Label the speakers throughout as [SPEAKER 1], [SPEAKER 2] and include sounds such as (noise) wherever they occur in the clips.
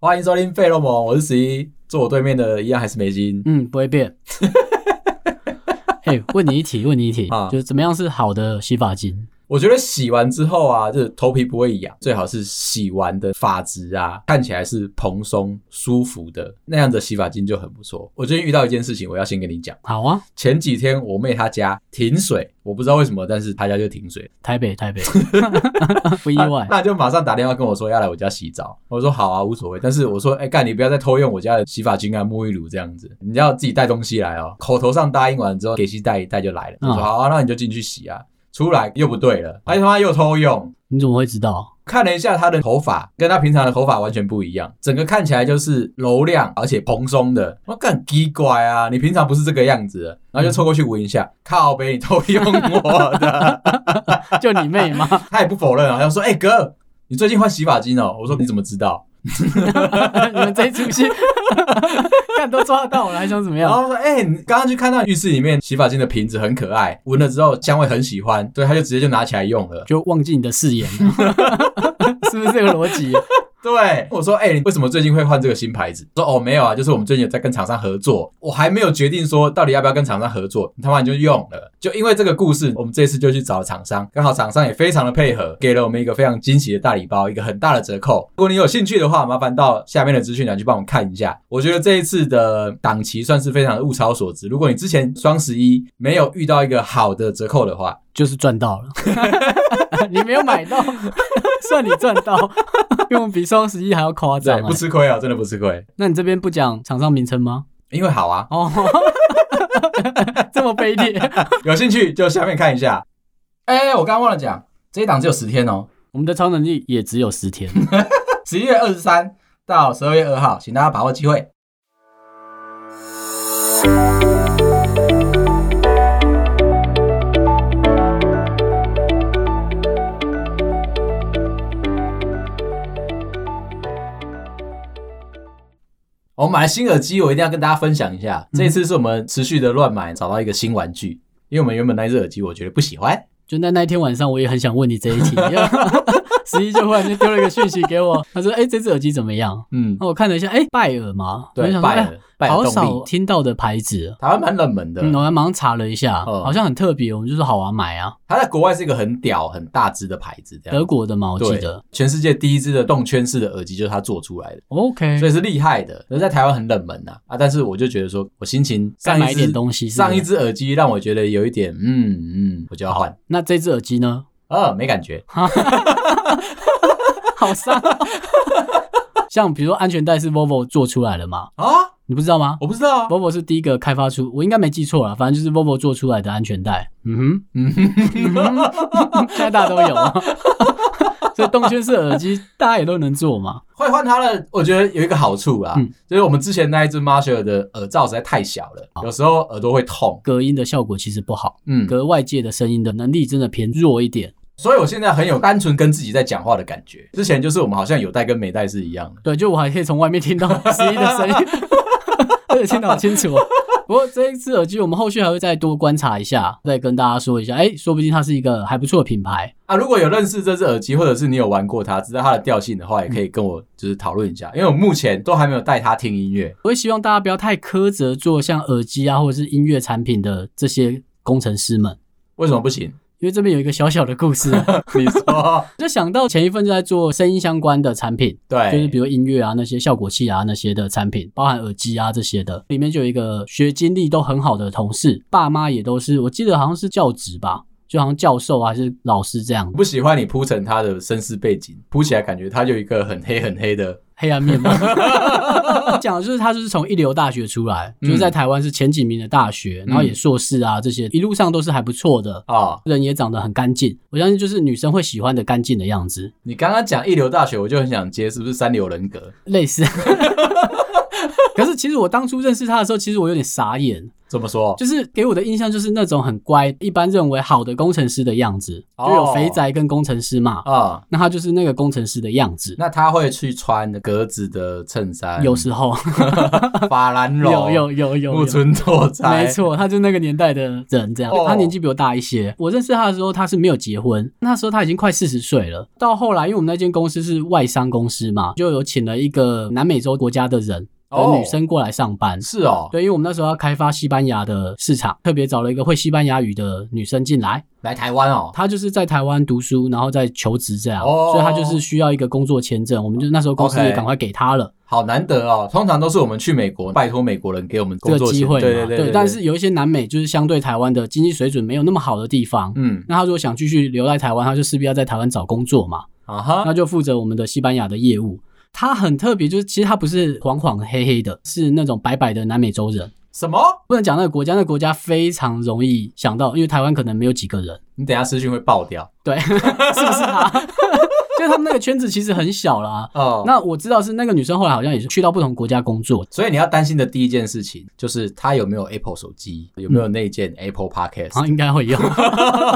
[SPEAKER 1] 欢迎收听费洛蒙，我是十一，坐我对面的一样还是梅金。
[SPEAKER 2] 嗯，不会变。嘿，问你一题，问你一题，
[SPEAKER 1] 啊
[SPEAKER 2] 就是怎么样是好的洗发精？
[SPEAKER 1] 我觉得洗完之后啊，就是头皮不会痒，最好是洗完的发质啊，看起来是蓬松舒服的那样的洗发精就很不错。我最近遇到一件事情，我要先跟你讲。
[SPEAKER 2] 好啊，
[SPEAKER 1] 前几天我妹她家停水，我不知道为什么，但是她家就停水，
[SPEAKER 2] 台北，台北， (laughs) 不意
[SPEAKER 1] 那
[SPEAKER 2] 外。
[SPEAKER 1] 那就马上打电话跟我说要来我家洗澡。我说好啊，无所谓。但是我说，哎、干你不要再偷用我家的洗发精啊、沐浴乳这样子，你要自己带东西来哦。口头上答应完之后，给西带一带就来了。我
[SPEAKER 2] 嗯
[SPEAKER 1] 说好啊，那你就进去洗啊。出来又不对了，哎他妈又偷用。
[SPEAKER 2] 你怎么会知道？
[SPEAKER 1] 看了一下她的头发，跟她平常的头发完全不一样，整个看起来就是柔亮而且蓬松的。我干奇怪啊，你平常不是这个样子的。然后就凑过去闻一下，靠北，你偷用我的。
[SPEAKER 2] 就你妹吗？
[SPEAKER 1] 他也不否认啊，他说：“哎、哥，你最近换洗发精哦。”我说：“你怎么知道
[SPEAKER 2] (laughs) 你们这一出戏， (laughs) 看都抓到了，还想怎么？”
[SPEAKER 1] 然
[SPEAKER 2] 样？
[SPEAKER 1] 后说：“哎、你刚刚去看到浴室里面洗发精的瓶子很可爱，闻了之后香味很喜欢，对，他就直接就拿起来用了。
[SPEAKER 2] 就忘记你的誓言 (laughs) 了，是不是这个逻辑？
[SPEAKER 1] 对，我说：“哎、你为什么最近会换这个新牌子？”说：“哦，没有啊，就是我们最近有在跟厂商合作，我还没有决定说到底要不要跟厂商合作，你他妈你就用了。”就因为这个故事，我们这次就去找厂商，刚好厂商也非常的配合，给了我们一个非常惊喜的大礼包，一个很大的折扣。如果你有兴趣的话，麻烦到下面的资讯栏去帮我们看一下。我觉得这一次的档期算是非常的物超所值。如果你之前双十一没有遇到一个好的折扣的话，
[SPEAKER 2] 就是赚到了， (laughs) 你没有买到，算你赚到， (laughs) 用比双十一还要夸张、
[SPEAKER 1] 对，
[SPEAKER 2] 欸
[SPEAKER 1] 不。吃亏啊，真的不吃亏，
[SPEAKER 2] 那你这边不讲厂商名称吗？
[SPEAKER 1] 因为好啊。
[SPEAKER 2] 哦， (laughs) 这么卑劣。
[SPEAKER 1] 有兴趣就下面看一下。哎、我刚刚忘了讲，这一档只有十天哦，
[SPEAKER 2] 我们的超能力也只有十天。
[SPEAKER 1] 十一月二十三到十二月二号，请大家把握机会。我买了新耳机，我一定要跟大家分享一下。这一次是我们持续的乱买，找到一个新玩具，因为我们原本那只耳机我觉得不喜欢，
[SPEAKER 2] 就那那一天晚上，我也很想问你这一题。 (laughs) 十一就忽然就丢了一个讯息给我，他说：“哎、这只耳机怎么样
[SPEAKER 1] 嗯？”，
[SPEAKER 2] 那我看了一下，哎、拜耳嘛，我就
[SPEAKER 1] 对，
[SPEAKER 2] 想说
[SPEAKER 1] 拜
[SPEAKER 2] 哎
[SPEAKER 1] 耳拜
[SPEAKER 2] 好
[SPEAKER 1] 耳
[SPEAKER 2] 少
[SPEAKER 1] 动力，
[SPEAKER 2] 听到的牌子。
[SPEAKER 1] 台湾蛮冷门的
[SPEAKER 2] 嗯，，我还马上查了一下，
[SPEAKER 1] 哦
[SPEAKER 2] 好像很特别，我们就说好啊，买啊，
[SPEAKER 1] 它在国外是一个很屌、很大只的牌子，这样
[SPEAKER 2] 德国的嘛，我记
[SPEAKER 1] 对
[SPEAKER 2] 得。
[SPEAKER 1] 全世界第一只的动圈式的耳机就是它做出来的，
[SPEAKER 2] OK，
[SPEAKER 1] 所以是厉害的。而在台湾很冷门呐啊，但是我就觉得说我心情
[SPEAKER 2] 再
[SPEAKER 1] 上
[SPEAKER 2] 买
[SPEAKER 1] 一
[SPEAKER 2] 一点
[SPEAKER 1] 只
[SPEAKER 2] 东西是不是
[SPEAKER 1] 上一只耳机让我觉得有一点嗯嗯，我就要换，
[SPEAKER 2] 那这只耳机呢？
[SPEAKER 1] (laughs) 呃，没感觉，
[SPEAKER 2] 好伤、 (laughs) 像比如说安全带是 Volvo 做出来的嘛，
[SPEAKER 1] 啊，
[SPEAKER 2] 你不知道吗
[SPEAKER 1] 我不知道啊，
[SPEAKER 2] ？Volvo 是第一个开发出，我应该没记错了，反正就是 Volvo 做出来的安全带。嗯
[SPEAKER 1] 嗯哼，
[SPEAKER 2] 哼，现在大家都有啊。所以动圈式耳机大家也都能做嘛。
[SPEAKER 1] 会换它的，我觉得有一个好处啦
[SPEAKER 2] 嗯，
[SPEAKER 1] 就是我们之前那一只 Marshall 的耳罩实在太小了，有时候耳朵会痛，
[SPEAKER 2] 隔音的效果其实不好，
[SPEAKER 1] 嗯，
[SPEAKER 2] 隔外界的声音的能力真的偏弱一点。
[SPEAKER 1] 所以我现在很有单纯跟自己在讲话的感觉。之前就是我们好像有带跟没带是一样的。
[SPEAKER 2] 对，就我还可以从外面听到十一的声音，而且听得好清楚、哦。不过这一只耳机，我们后续还会再多观察一下，再跟大家说一下。哎，说不定它是一个还不错的品牌。
[SPEAKER 1] 啊，如果有认识这只耳机，或者是你有玩过它，知道它的调性的话，也可以跟我就是讨论一下，因为我目前都还没有带它听音乐。
[SPEAKER 2] 我也希望大家不要太苛责做像耳机啊，或者是音乐产品的这些工程师们，
[SPEAKER 1] 为什么不
[SPEAKER 2] (laughs)
[SPEAKER 1] 行？
[SPEAKER 2] 因为这边有一个小小的故事啊，
[SPEAKER 1] 你说
[SPEAKER 2] 就想到前一份就在做声音相关的产品，
[SPEAKER 1] (laughs) 对？
[SPEAKER 2] 就是比如音乐啊那些效果器啊那些的产品，包含耳机啊这些的，里面就有一个学经历都很好的同事，爸妈也都是，我记得好像是教职吧，就好像教授啊还是老师这样
[SPEAKER 1] 我，不喜欢你铺成它的身世背景，铺起来感觉它有一个很黑很黑的。
[SPEAKER 2] 黑暗面嘛。 (laughs) 讲的就是他就是从一流大学出来，就是在台湾是前几名的大学，然后也硕士啊这些，一路上都是还不错的。
[SPEAKER 1] 哦，
[SPEAKER 2] 人也长得很干净，我相信就是女生会喜欢的干净的样子，
[SPEAKER 1] 你刚刚讲一流大学，我就很想接，是不是三流人格？ (laughs)
[SPEAKER 2] 类似。可是其实我当初认识他的时候，其实我有点傻眼，
[SPEAKER 1] 怎么说？
[SPEAKER 2] 就是给我的印象就是那种很乖，一般认为好的工程师的样子，
[SPEAKER 1] 哦
[SPEAKER 2] 就有肥宅跟工程师嘛，
[SPEAKER 1] 啊、
[SPEAKER 2] 那他就是那个工程师的样子。
[SPEAKER 1] 那他会去穿格子的衬衫，
[SPEAKER 2] 有时候
[SPEAKER 1] (laughs) 法兰绒，
[SPEAKER 2] (laughs) 有有有有
[SPEAKER 1] 木
[SPEAKER 2] 有。
[SPEAKER 1] 村拓哉，
[SPEAKER 2] 没，错，他就那个年代的人，这样。
[SPEAKER 1] 哦
[SPEAKER 2] 他年纪比我大一些。我认识他的时候，他是没有结婚，那时候他已经快四十岁了。到后来，因为我们那间公司是外商公司嘛，就有请了一个南美洲国家的人的
[SPEAKER 1] 哦
[SPEAKER 2] 女生过来上班。
[SPEAKER 1] 是哦，
[SPEAKER 2] 对，因为我们那时候要开发西班牙的市场，特别找了一个会西班牙语的女生进来。
[SPEAKER 1] 来台湾哦，
[SPEAKER 2] 她就是在台湾读书，然后再求职这样，
[SPEAKER 1] 哦
[SPEAKER 2] 所以她就是需要一个工作签证。我们就那时候公司
[SPEAKER 1] OK
[SPEAKER 2] 也赶快给她了
[SPEAKER 1] 好难得哦，通常都是我们去美国，拜托美国人给我们
[SPEAKER 2] 这
[SPEAKER 1] 工
[SPEAKER 2] 个
[SPEAKER 1] 作
[SPEAKER 2] 机
[SPEAKER 1] 签
[SPEAKER 2] 会嘛。
[SPEAKER 1] 对对对，
[SPEAKER 2] 但是有一些南美就是相对台湾的经济水准没有那么好的地方，
[SPEAKER 1] 嗯
[SPEAKER 2] 那她如果想继续留在台湾，她就势必要在台湾找工作嘛。
[SPEAKER 1] 啊哈，
[SPEAKER 2] 那就负责我们的西班牙的业务。她很特别，就是其实她不是黄黄黑黑的，是那种白白的南美洲人。
[SPEAKER 1] 什么？
[SPEAKER 2] 不能讲那个国家，那个国家非常容易想到，因为台湾可能没有几个人，
[SPEAKER 1] 你等一下私讯会爆掉
[SPEAKER 2] 对，是不是 (laughs) 他？就是他们那个圈子其实很小啦。
[SPEAKER 1] 哦。
[SPEAKER 2] 那我知道是那个女生后来好像也是去到不同国家工作，
[SPEAKER 1] 所以你要担心的第一件事情就是他有没有 Apple 手机，有
[SPEAKER 2] 嗯
[SPEAKER 1] 没有那件 Apple
[SPEAKER 2] 好
[SPEAKER 1] Podcast？、
[SPEAKER 2] 像应该会有。 (laughs)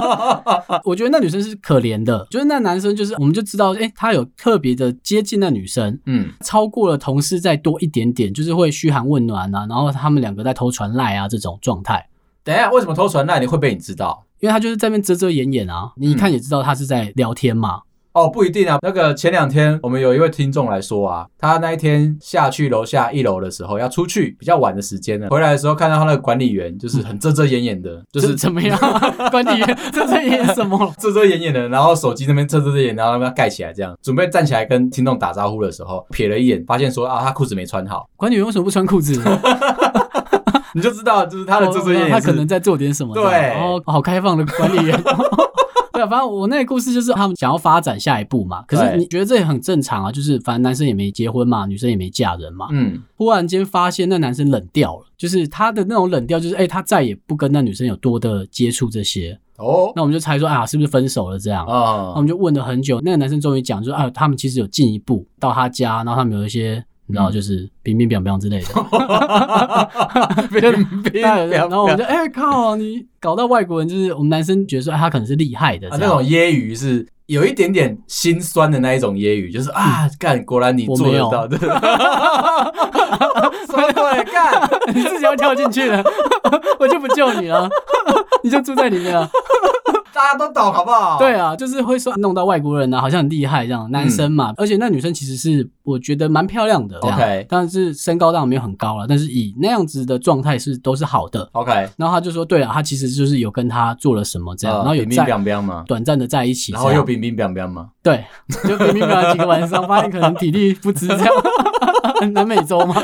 [SPEAKER 2] 我觉得那女生是可怜的，就是那男生就是我们就知道，哎、他有特别的接近那女生，
[SPEAKER 1] (laughs) 嗯，
[SPEAKER 2] 超过了同事再多一点点，就是会嘘寒问暖啊，然后他们两个在偷传赖啊这种状态。
[SPEAKER 1] 等一下为什么偷传那你会被你知道？
[SPEAKER 2] 因为他就是在那边遮遮掩掩啊，你一看也知道他是在聊天嘛，
[SPEAKER 1] 哦，不一定啊。那个前两天我们有一位听众来说啊，他那一天下去楼下一楼的时候要出去，比较晚的时间了，回来的时候看到他那个管理员就是很遮遮掩掩的，就
[SPEAKER 2] 就是是怎么
[SPEAKER 1] (laughs)
[SPEAKER 2] 样？管理员这在演什么？
[SPEAKER 1] 遮遮掩掩的，然后手机那边遮遮掩掩，然后把它盖起来，这样准备站起来跟听众打招呼的时候，瞥了一眼，发现说啊，他裤子没穿
[SPEAKER 2] (laughs)
[SPEAKER 1] 好，
[SPEAKER 2] 管理员为什么不穿裤子？
[SPEAKER 1] 你就知道 (laughs) 就是他的遮遮掩
[SPEAKER 2] 他
[SPEAKER 1] 掩
[SPEAKER 2] 哦可能
[SPEAKER 1] 是
[SPEAKER 2] 在做点什么。
[SPEAKER 1] 对
[SPEAKER 2] 哦，好开放的管理员。 (laughs) 对，啊反正我那个故事就是他们想要发展下一步嘛，可是
[SPEAKER 1] 对
[SPEAKER 2] 你觉得这也很正常啊，就是反正男生也没结婚嘛，女生也没嫁人嘛，
[SPEAKER 1] 嗯，
[SPEAKER 2] 忽然间发现那男生冷掉了，就是他的那种冷掉，就是哎、他再也不跟那女生有多的接触这些，
[SPEAKER 1] 哦，
[SPEAKER 2] (laughs) 那我们就猜说啊，是不是分手了这样？那我
[SPEAKER 1] (laughs)
[SPEAKER 2] (laughs)
[SPEAKER 1] 啊，
[SPEAKER 2] 们就问了很久，那个男生终于讲，就是啊，他们其实有进一步到他家，然后他们有一些，你
[SPEAKER 1] 嗯
[SPEAKER 2] 知道，就是冰冰冰冰之类的。
[SPEAKER 1] 冰 (laughs) 冰
[SPEAKER 2] 对然后我们
[SPEAKER 1] 就
[SPEAKER 2] 就哎、靠，你搞到外国人，就是我们男生觉得说、啊、他可能是厉害的
[SPEAKER 1] 啊
[SPEAKER 2] 这
[SPEAKER 1] 那
[SPEAKER 2] 样。
[SPEAKER 1] 种揶揄是有一点点心酸的那一种揶揄，就是啊，干，果然你
[SPEAKER 2] 嗯我
[SPEAKER 1] 做
[SPEAKER 2] 没
[SPEAKER 1] 得
[SPEAKER 2] 有
[SPEAKER 1] 到 (laughs) 的，什么鬼干？
[SPEAKER 2] (laughs) 你自己要跳进去了， (laughs) 我就不救你了， (laughs) 你就住在里面了。
[SPEAKER 1] 大家都懂好不好？
[SPEAKER 2] 对，啊，就是会说弄到外国人啊，好像很厉害这样，男生嘛，而且那女生其实是我觉得蛮漂亮的这
[SPEAKER 1] 嗯
[SPEAKER 2] 样
[SPEAKER 1] OK
[SPEAKER 2] 但是身高当然没有很高了，但是以那样子的状态是都是好的。
[SPEAKER 1] OK，呃
[SPEAKER 2] 然后他就说，对了，啊他其实就是有跟他做了什么这样，然后有
[SPEAKER 1] 冰冰
[SPEAKER 2] 在
[SPEAKER 1] 冰冰嘛，
[SPEAKER 2] 短暂的在一起这
[SPEAKER 1] 然
[SPEAKER 2] 样，
[SPEAKER 1] 后又冰冰冰冰
[SPEAKER 2] (laughs)
[SPEAKER 1] 嘛，
[SPEAKER 2] 对，就明明了几个晚上，发现可能体力不支这样，南美洲
[SPEAKER 1] (laughs)
[SPEAKER 2] 嘛，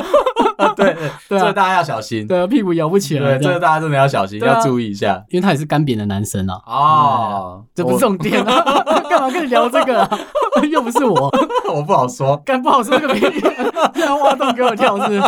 [SPEAKER 1] 啊对对，
[SPEAKER 2] 对啊
[SPEAKER 1] 这大家要小心。
[SPEAKER 2] 对，屁股摇不起
[SPEAKER 1] 对，
[SPEAKER 2] 来这
[SPEAKER 1] 这
[SPEAKER 2] 样
[SPEAKER 1] 个，大家真的要小心，
[SPEAKER 2] 对啊
[SPEAKER 1] 要注意一下
[SPEAKER 2] 因为他也是干扁的男生啊。
[SPEAKER 1] 哦。
[SPEAKER 2] 这不是重点啊！ (laughs) 干嘛跟你聊这个、啊？ (laughs) 又不是我，
[SPEAKER 1] 我 (laughs) 我不好说。
[SPEAKER 2] 干不好说这个比喻，这样挖洞给我跳
[SPEAKER 1] (laughs)
[SPEAKER 2] 是不是。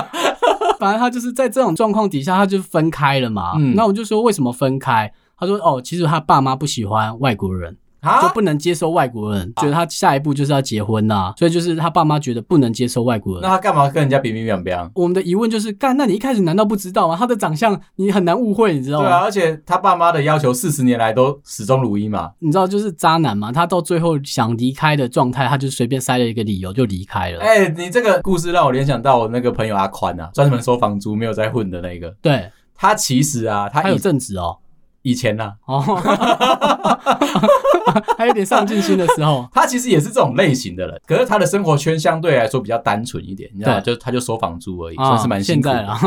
[SPEAKER 2] 反正他就是在这种状况底下，他就分开了嘛。
[SPEAKER 1] 嗯
[SPEAKER 2] 那我就说为什么分开？他说哦，其实他爸妈不喜欢外国人，就
[SPEAKER 1] 啊，
[SPEAKER 2] 不能接受外国人，觉得他下一步就是要结婚呐、所以就是他爸妈觉得不能接受外国人
[SPEAKER 1] 那。他干嘛跟人家比比比比啊？
[SPEAKER 2] 我们的疑问就是，干，那你一开始难道不知道吗？他的长相你很难误会，你知道
[SPEAKER 1] 对
[SPEAKER 2] 吗？
[SPEAKER 1] 啊，而且他爸妈的要求四十年来都始终如一嘛。
[SPEAKER 2] 你知道就是渣男嘛，他到最后想离开的状态，他就随便塞了一个理由就离开了。
[SPEAKER 1] 哎、你这个故事让我联想到我那个朋友阿宽
[SPEAKER 2] 嗯
[SPEAKER 1] 啊，专门收房租没有在混的那个。
[SPEAKER 2] 对，
[SPEAKER 1] 他其实啊，他
[SPEAKER 2] 他有
[SPEAKER 1] 以
[SPEAKER 2] 正直哦，
[SPEAKER 1] 以前呢、啊，
[SPEAKER 2] 哦，
[SPEAKER 1] (laughs)
[SPEAKER 2] 还有点上进心的时候，
[SPEAKER 1] 他其实也是这种类型的人，可是他的生活圈相对来说比较单纯一点，你知道吗？就他就收房租而已， (laughs) 算是蛮辛苦
[SPEAKER 2] 啊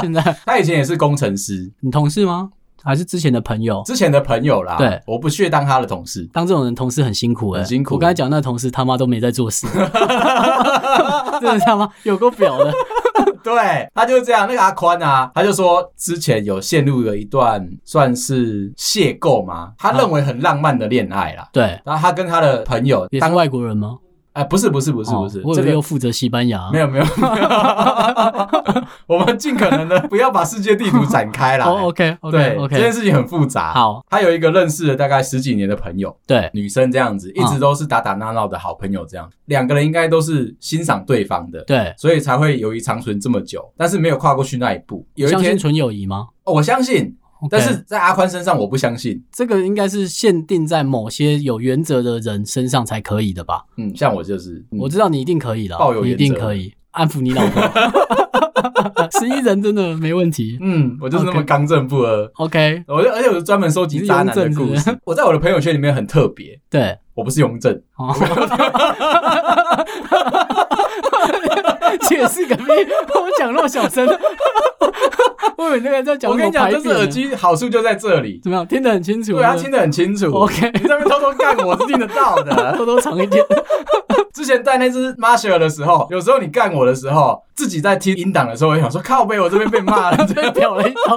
[SPEAKER 2] 现在 (laughs)
[SPEAKER 1] 的。
[SPEAKER 2] 了，现在
[SPEAKER 1] 他以前也是工程师，
[SPEAKER 2] 你同事吗？还是之前的朋友？
[SPEAKER 1] 之前的朋友啦，
[SPEAKER 2] 对
[SPEAKER 1] 我不屑当他的同事。 (laughs)
[SPEAKER 2] 当这种人同事很辛苦哎、
[SPEAKER 1] 很辛苦欸
[SPEAKER 2] 我刚才讲那同事他妈都没在
[SPEAKER 1] (laughs)
[SPEAKER 2] 做事， (laughs) 真的他妈 (laughs) 有够表的。
[SPEAKER 1] 对，他就是这样。那个阿宽啊，他就说之前有陷入了一段算是邂逅嘛，他认为很浪漫的恋爱啦。
[SPEAKER 2] 对，
[SPEAKER 1] 然后他跟他的朋友
[SPEAKER 2] 也是
[SPEAKER 1] 当
[SPEAKER 2] 外国人吗？
[SPEAKER 1] 啊，不是不是不是不是，
[SPEAKER 2] 嗯哦我以
[SPEAKER 1] 这
[SPEAKER 2] 为
[SPEAKER 1] 个
[SPEAKER 2] 又负责西班牙。
[SPEAKER 1] 没有没
[SPEAKER 2] (laughs)
[SPEAKER 1] 有，没有我们尽可能的不要把世界地图展开啦。
[SPEAKER 2] 哦，OK OK
[SPEAKER 1] 对这件
[SPEAKER 2] OK，
[SPEAKER 1] 事情很复杂。，
[SPEAKER 2] 好，
[SPEAKER 1] 他有一个认识了大概十几年的朋友，
[SPEAKER 2] 对，
[SPEAKER 1] 女生这样子，一直都是打打闹闹的好朋友，这样两个人应该都是欣赏对方的，
[SPEAKER 2] 对，
[SPEAKER 1] 所以才会友谊长存这么久，但是没有跨过去那一步。有一
[SPEAKER 2] 相
[SPEAKER 1] 天
[SPEAKER 2] 信，纯友谊吗
[SPEAKER 1] 哦我相信，
[SPEAKER 2] ？OK
[SPEAKER 1] 但是在阿宽身上我不相信。
[SPEAKER 2] 这个应该是限定在某些有原则的人身上才可以的吧？
[SPEAKER 1] 嗯，像我就是，嗯
[SPEAKER 2] 我知道你一定可以的，
[SPEAKER 1] 抱有
[SPEAKER 2] 你一
[SPEAKER 1] 原
[SPEAKER 2] 定
[SPEAKER 1] 则
[SPEAKER 2] 可以安抚你老婆。
[SPEAKER 1] (laughs)
[SPEAKER 2] 十一人真的没问题。
[SPEAKER 1] 嗯，我就是那么
[SPEAKER 2] OK
[SPEAKER 1] 刚正不阿。
[SPEAKER 2] OK，
[SPEAKER 1] 我就而且我专门收集渣
[SPEAKER 2] (laughs)
[SPEAKER 1] 男的
[SPEAKER 2] 你是
[SPEAKER 1] 故
[SPEAKER 2] 雍正是
[SPEAKER 1] 事。我在我的朋友圈里面很特别，
[SPEAKER 2] 对，
[SPEAKER 1] 我不是雍正，
[SPEAKER 2] 哦，解释个屁！我讲那么小声，我以为那个在讲
[SPEAKER 1] 我跟你
[SPEAKER 2] 什
[SPEAKER 1] 讲，
[SPEAKER 2] 么排
[SPEAKER 1] 这只
[SPEAKER 2] 便呢
[SPEAKER 1] 耳机好处就在这里，
[SPEAKER 2] 怎么样？听得很清楚。
[SPEAKER 1] 对他
[SPEAKER 2] 是
[SPEAKER 1] 听得很清楚。
[SPEAKER 2] OK
[SPEAKER 1] 你在那边偷偷干我是听得到
[SPEAKER 2] 不是 (laughs)
[SPEAKER 1] 的。
[SPEAKER 2] 偷偷藏一
[SPEAKER 1] (laughs)
[SPEAKER 2] 点。
[SPEAKER 1] 之前带那只 Marshall 的时候，有时候你干我的时候，自己在听音档的时候，我也想说靠背，我这边被骂
[SPEAKER 2] (laughs)
[SPEAKER 1] 了。
[SPEAKER 2] 被屌了一刀，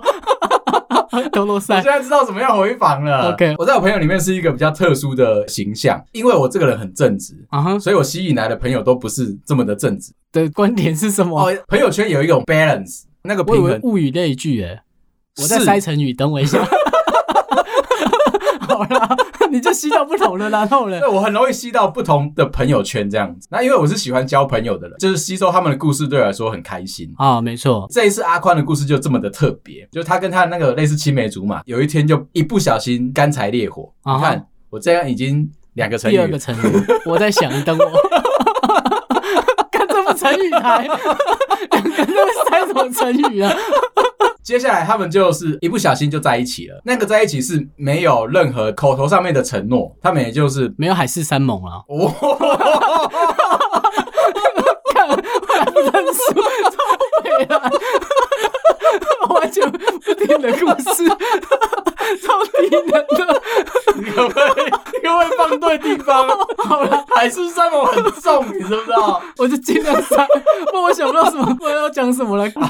[SPEAKER 2] (laughs) 头颅
[SPEAKER 1] 我
[SPEAKER 2] 塞
[SPEAKER 1] 现。在知道怎么样回防了。
[SPEAKER 2] OK
[SPEAKER 1] 我在我朋友里面是一个比较特殊的形象，因为我这个人很正直，
[SPEAKER 2] 啊哈，
[SPEAKER 1] 所以我吸引来的朋友都不是这么的正直。
[SPEAKER 2] 的观点是什么？
[SPEAKER 1] 哦，朋友圈有一种 balance，那个
[SPEAKER 2] 我以
[SPEAKER 1] 平
[SPEAKER 2] 为
[SPEAKER 1] 衡。
[SPEAKER 2] 物以类聚诶。我在
[SPEAKER 1] 是
[SPEAKER 2] 塞成语，等我一 (laughs) 下。好啦，你就吸到不同的，然 (laughs) 后呢
[SPEAKER 1] 对，？我很容易吸到不同的朋友圈这样子。那因为我是喜欢交朋友的人，就是吸收他们的故事对我来说很开心。
[SPEAKER 2] 啊，没错，
[SPEAKER 1] 这一次阿宽的故事就这么的特别，就他跟他那个类似青梅竹马，有一天就一不小心干柴烈火。
[SPEAKER 2] 啊
[SPEAKER 1] 你看我这样已经两个成
[SPEAKER 2] 第二
[SPEAKER 1] 语
[SPEAKER 2] 个，成语，我在想，你等我。 (laughs) 看这么成语台，看这么塞什么成语啊？
[SPEAKER 1] 接下来他们就是一不小心就在一起了。那个在一起是没有任何口头上面的承诺，他们也就是
[SPEAKER 2] 没有海誓山盟啊，
[SPEAKER 1] 哦，
[SPEAKER 2] 认输，对啊，完全不听的故事，超低能的。
[SPEAKER 1] 你可不可以你可不可以放对地
[SPEAKER 2] (laughs)
[SPEAKER 1] 方？
[SPEAKER 2] 好了，
[SPEAKER 1] 海誓山盟很重，你知不知道？
[SPEAKER 2] 我就尽量删，不然我想不到什么，我要讲什么了。 (laughs)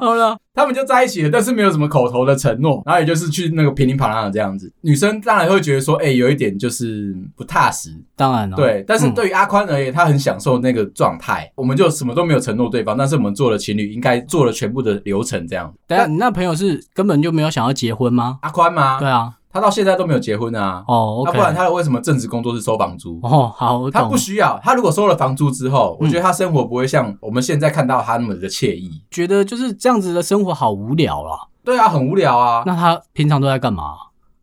[SPEAKER 2] 好了，
[SPEAKER 1] 他们就在一起了，但是没有什么口头的承诺，然后也就是去那个乒铃乓啷的这样子。女生当然会觉得说，哎、有一点就是不踏实，
[SPEAKER 2] 当然了，，啊
[SPEAKER 1] 对。但是
[SPEAKER 2] 嗯
[SPEAKER 1] 对于阿宽而言，他很享受那个状态。我们就什么都没有承诺对方，但是我们做了情侣，应该做了全部的流程这样。
[SPEAKER 2] 等一下
[SPEAKER 1] 但
[SPEAKER 2] 你那朋友是根本就没有想要结婚吗？
[SPEAKER 1] 阿宽吗？
[SPEAKER 2] 对啊，
[SPEAKER 1] 他到现在都没有结婚啊，
[SPEAKER 2] 哦
[SPEAKER 1] 那、不
[SPEAKER 2] ，OK，
[SPEAKER 1] 然他为什么正职工作是收房租？
[SPEAKER 2] 哦，好，我
[SPEAKER 1] 他
[SPEAKER 2] 懂嗯
[SPEAKER 1] 不
[SPEAKER 2] 了，
[SPEAKER 1] 需要，他如果收了房租之后，我觉得他生活不会像我们现在看到他那么的惬意。
[SPEAKER 2] 觉得就是这样子的生活好无聊啦。
[SPEAKER 1] 对啊，很无聊啊，
[SPEAKER 2] 那他平常都在干嘛？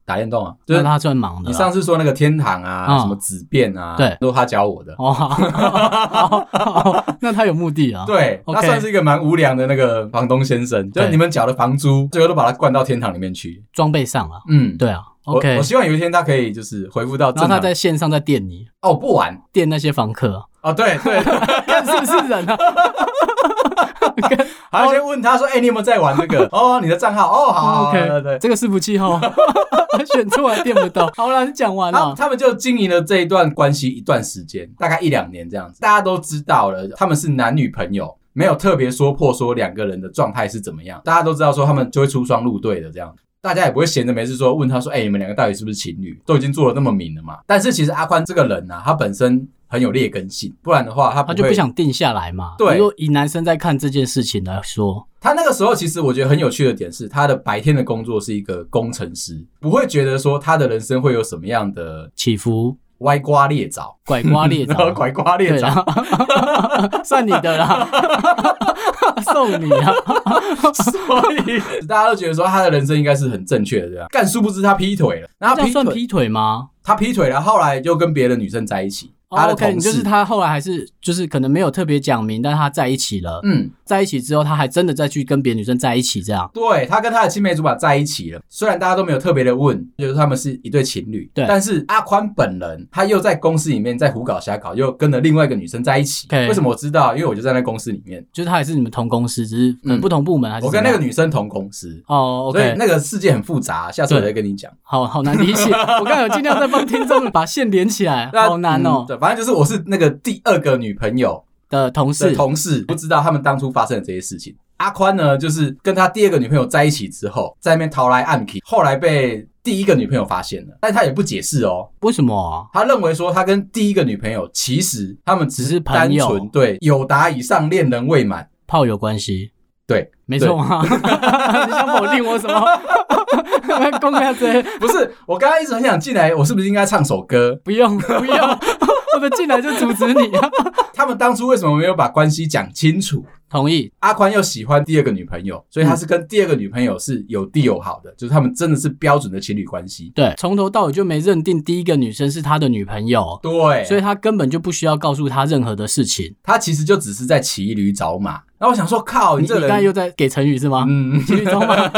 [SPEAKER 1] 打电动啊，就
[SPEAKER 2] 那
[SPEAKER 1] 是
[SPEAKER 2] 他算忙的
[SPEAKER 1] 你
[SPEAKER 2] 啦。
[SPEAKER 1] 上次说那个天堂啊，
[SPEAKER 2] 嗯
[SPEAKER 1] 什么紫变啊，
[SPEAKER 2] 对
[SPEAKER 1] 都是他教我的。
[SPEAKER 2] 哦，好好好那他有目的啊。，
[SPEAKER 1] 对，
[SPEAKER 2] OK
[SPEAKER 1] 他算是一个蛮无良的那个房东先生，就是
[SPEAKER 2] 对
[SPEAKER 1] 你们缴的房租，最后都把他灌到天堂里面去。
[SPEAKER 2] 装备上啊。
[SPEAKER 1] 嗯，
[SPEAKER 2] 对啊
[SPEAKER 1] 我
[SPEAKER 2] ，OK
[SPEAKER 1] 我。希望有一天他可以就是恢复到
[SPEAKER 2] 然
[SPEAKER 1] 正
[SPEAKER 2] 后他
[SPEAKER 1] 常。
[SPEAKER 2] 在线上在电你，
[SPEAKER 1] 哦，不玩
[SPEAKER 2] 电那些房客啊，
[SPEAKER 1] 哦，对对，
[SPEAKER 2] 看是不是人啊？
[SPEAKER 1] 还要先问他说，哎，你有没有在玩这个？哦，你的账号 (laughs) 哦，好好好
[SPEAKER 2] OK，
[SPEAKER 1] 对对。对
[SPEAKER 2] 这个伺服器号哦 (laughs) 选错了，电不到。好了，你讲完
[SPEAKER 1] 他
[SPEAKER 2] 了。
[SPEAKER 1] 他们就经营了这一段关系一段时间，大概一两年这样子，大家都知道了，他们是男女朋友，没有特别说破说两个人的状态是怎么样，大家都知道说他们就会出双入对的这样。大家也不会闲着没事说问他说，哎、你们两个到底是不是情侣？都已经做的那么明了嘛。但是其实阿宽这个人呢、啊，他本身很有劣根性，不然的话他不
[SPEAKER 2] 他
[SPEAKER 1] 会
[SPEAKER 2] 就不想定下来嘛。
[SPEAKER 1] 对
[SPEAKER 2] 如果以男生在看这件事情来说，
[SPEAKER 1] 他那个时候其实我觉得很有趣的点是，他的白天的工作是一个工程师，不会觉得说他的人生会有什么样的
[SPEAKER 2] 起伏、
[SPEAKER 1] 歪瓜裂枣，
[SPEAKER 2] (laughs) 拐瓜裂
[SPEAKER 1] (laughs) 然后
[SPEAKER 2] 枣，
[SPEAKER 1] 拐瓜裂
[SPEAKER 2] 对
[SPEAKER 1] 枣。
[SPEAKER 2] 啦， (laughs) 算你的啦，送你啊。
[SPEAKER 1] 所以 (laughs) 大家都觉得说他的人生应该是很正确的这样。但殊不知他劈腿了，然后
[SPEAKER 2] 这
[SPEAKER 1] 他
[SPEAKER 2] 样
[SPEAKER 1] 劈
[SPEAKER 2] 算
[SPEAKER 1] 腿，
[SPEAKER 2] 劈腿吗？
[SPEAKER 1] 他劈腿了，后来就跟别的女生在一起，他
[SPEAKER 2] 哦
[SPEAKER 1] 的
[SPEAKER 2] ，OK，
[SPEAKER 1] 同
[SPEAKER 2] 你就
[SPEAKER 1] 事
[SPEAKER 2] 是。他后来还是就是可能没有特别讲明，但他在一起了，
[SPEAKER 1] 嗯，
[SPEAKER 2] 在一起之后他还真的再去跟别的女生在一起，这样
[SPEAKER 1] 对他跟他的青梅竹马在一起了，虽然大家都没有特别的问，就是他们是一对情侣，
[SPEAKER 2] 对
[SPEAKER 1] 但是阿宽本人他又在公司里面在胡搞瞎搞，又跟了另外一个女生在一起。
[SPEAKER 2] OK
[SPEAKER 1] 为什么我知道？因为我就在那公司里面，
[SPEAKER 2] 就是他也是你们同公司，只是可能
[SPEAKER 1] 嗯
[SPEAKER 2] 不同部门还是
[SPEAKER 1] 我
[SPEAKER 2] 怎
[SPEAKER 1] 跟
[SPEAKER 2] 样
[SPEAKER 1] 那个女生同公司。
[SPEAKER 2] 哦
[SPEAKER 1] 所以
[SPEAKER 2] ，OK，
[SPEAKER 1] 那个世界很复杂，下次我再跟你讲。
[SPEAKER 2] 好好难
[SPEAKER 1] (laughs)
[SPEAKER 2] 理解。我刚才有尽量在帮听众们把线连起来，
[SPEAKER 1] 那
[SPEAKER 2] 好难
[SPEAKER 1] 嗯
[SPEAKER 2] 哦。
[SPEAKER 1] 对，反正就是我是那个第二个女朋友
[SPEAKER 2] 的同
[SPEAKER 1] 的
[SPEAKER 2] 事
[SPEAKER 1] 同事，不知道他们当初发生的这些事情。阿宽呢，就是跟他第二个女朋友在一起之后，在那边逃来暗 k 后来被第一个女朋友发现了，但他也不解释哦，
[SPEAKER 2] 为什么啊？
[SPEAKER 1] 他认为说他跟第一个女朋友其实他们只
[SPEAKER 2] 只是
[SPEAKER 1] 是
[SPEAKER 2] 朋
[SPEAKER 1] 单
[SPEAKER 2] 友
[SPEAKER 1] 纯对友达以上恋人未满，
[SPEAKER 2] 炮友关系？
[SPEAKER 1] 对，
[SPEAKER 2] 没错啊！ (laughs) 你想否定我什么？ (laughs) 公开谁？
[SPEAKER 1] 不是 (laughs) 我刚刚一直很想进来，我是不是应该唱首歌？
[SPEAKER 2] 不 (laughs) 用不用，我的进来就阻止你啊！
[SPEAKER 1] 他们当初为什么没有把关系讲清楚？
[SPEAKER 2] 同意，
[SPEAKER 1] 阿宽又喜欢第二个女朋友，所以他是跟第二个女朋友是有地有好的，就是他们真的是标准的情侣关系。
[SPEAKER 2] 对，从头到尾就没认定第一个女生是他的女朋友，
[SPEAKER 1] 对，
[SPEAKER 2] 所以他根本就不需要告诉他任何的事情。
[SPEAKER 1] 他其实就只是在骑驴找马。然后我想说，靠，
[SPEAKER 2] 你
[SPEAKER 1] 你这
[SPEAKER 2] 你
[SPEAKER 1] 人，
[SPEAKER 2] 刚才又在给成语是吗？
[SPEAKER 1] 嗯，
[SPEAKER 2] 情侣中吗？ (laughs)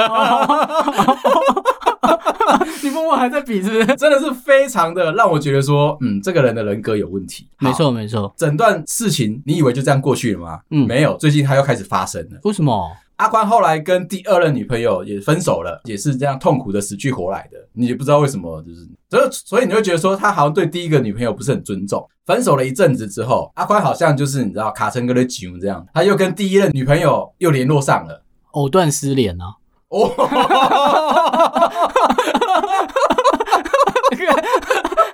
[SPEAKER 2] 你默默还在比是不是？
[SPEAKER 1] 真的是非常的让我觉得说，嗯，这个人的人格有问题。好
[SPEAKER 2] 没，错没错，
[SPEAKER 1] 整段事情你以为就这样过去了吗？
[SPEAKER 2] 嗯
[SPEAKER 1] 没有，最近他又开始发生了。
[SPEAKER 2] 为什么？
[SPEAKER 1] 阿宽后来跟第二任女朋友也分手了，也是这样痛苦的死去活来的。你也不知道为什么，就是所以所以你会觉得说他好像对第一个女朋友不是很尊重。分手了一阵子之后，阿宽好像就是你知道卡成哥的酒这样，他又跟第一任女朋友又联络上了。
[SPEAKER 2] 藕断丝连啊！
[SPEAKER 1] 哦，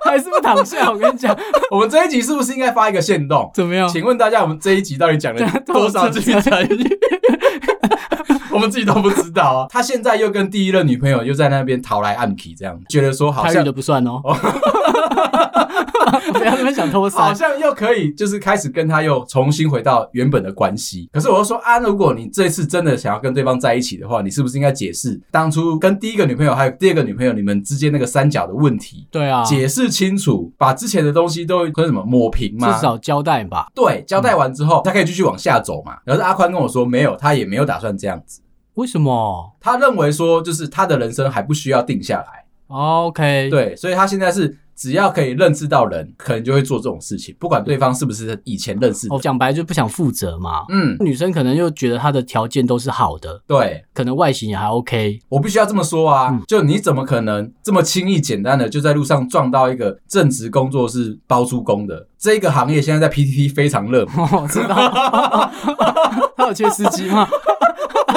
[SPEAKER 2] 还是不躺下？我跟你讲，
[SPEAKER 1] 我们这一集是不是应该发一个限动？
[SPEAKER 2] (laughs) 怎么样？
[SPEAKER 1] 请问大家，我们这一集到底讲
[SPEAKER 2] (laughs)
[SPEAKER 1] 了
[SPEAKER 2] 啊
[SPEAKER 1] 多少句成语？ (laughs) 我们自己都不知道啊。他现在又跟第一任女朋友又在那边逃来暗棋，这样觉得说好
[SPEAKER 2] 台
[SPEAKER 1] 像
[SPEAKER 2] 语的不算哦。 (laughs) 不要那么想偷
[SPEAKER 1] 好
[SPEAKER 2] 塞。
[SPEAKER 1] 像又可以，就是开始跟他又重新回到原本的关系。可是我又说啊，如果你这次真的想要跟对方在一起的话，你是不是应该解释当初跟第一个女朋友还有第二个女朋友你们之间那个三角的问题，
[SPEAKER 2] 对啊，至
[SPEAKER 1] 解释清楚，把之前的东西都跟什么抹平嘛？
[SPEAKER 2] 少交代吧。
[SPEAKER 1] 对，交代完之后，他可以继续往下走嘛。然后阿宽跟我说，没有，他也没有打算这样子。
[SPEAKER 2] 为什么
[SPEAKER 1] 他认为说，就是他的人生还不需要定下来，
[SPEAKER 2] 哦？OK，，
[SPEAKER 1] 对，所以他现在是只要可以认识到人，可能就会做这种事情，不管对方是不是以前认识的
[SPEAKER 2] 我。哦讲白就不想负责嘛。
[SPEAKER 1] 嗯，
[SPEAKER 2] 女生可能又觉得她的条件都是好的，
[SPEAKER 1] 对
[SPEAKER 2] 可能外形也还 OK，
[SPEAKER 1] 我必须要这么说啊，
[SPEAKER 2] 嗯
[SPEAKER 1] 就你怎么可能这么轻易简单的就在路上撞到一个正职工作是包租公的这个行业？现在在 PTT 非常热门。
[SPEAKER 2] 我知 (laughs) 道，他有缺司机吗？ (laughs)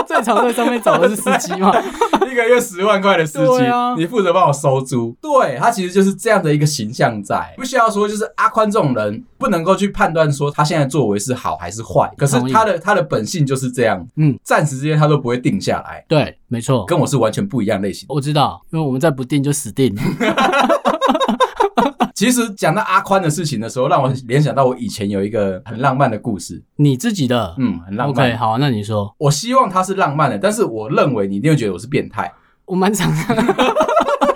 [SPEAKER 2] 最常在上面找的是司机吗？
[SPEAKER 1] (laughs) 一个月十万块的司机，
[SPEAKER 2] 对啊
[SPEAKER 1] 你负责帮我收租。对他其实就是这样的一个形象在，不需要说就是阿宽这种人不能够去判断说他现在作为是好还是坏，可是
[SPEAKER 2] 同意
[SPEAKER 1] 他的他的本性就是这样，
[SPEAKER 2] 嗯，
[SPEAKER 1] 暂时之间他都不会定下来，
[SPEAKER 2] 对，没错，
[SPEAKER 1] 跟我是完全不一样类型。
[SPEAKER 2] 我知道，因为我们再不定就死定了。
[SPEAKER 1] 其实讲到阿宽的事情的时候，让我联想到我以前有一个很浪漫的故事，
[SPEAKER 2] 你自己的、
[SPEAKER 1] 嗯，很浪
[SPEAKER 2] o
[SPEAKER 1] 漫。
[SPEAKER 2] k 好，啊那你说，
[SPEAKER 1] 我希望他是浪漫的，但是我认为你一定会觉得我是变态。
[SPEAKER 2] 我蛮常 (laughs)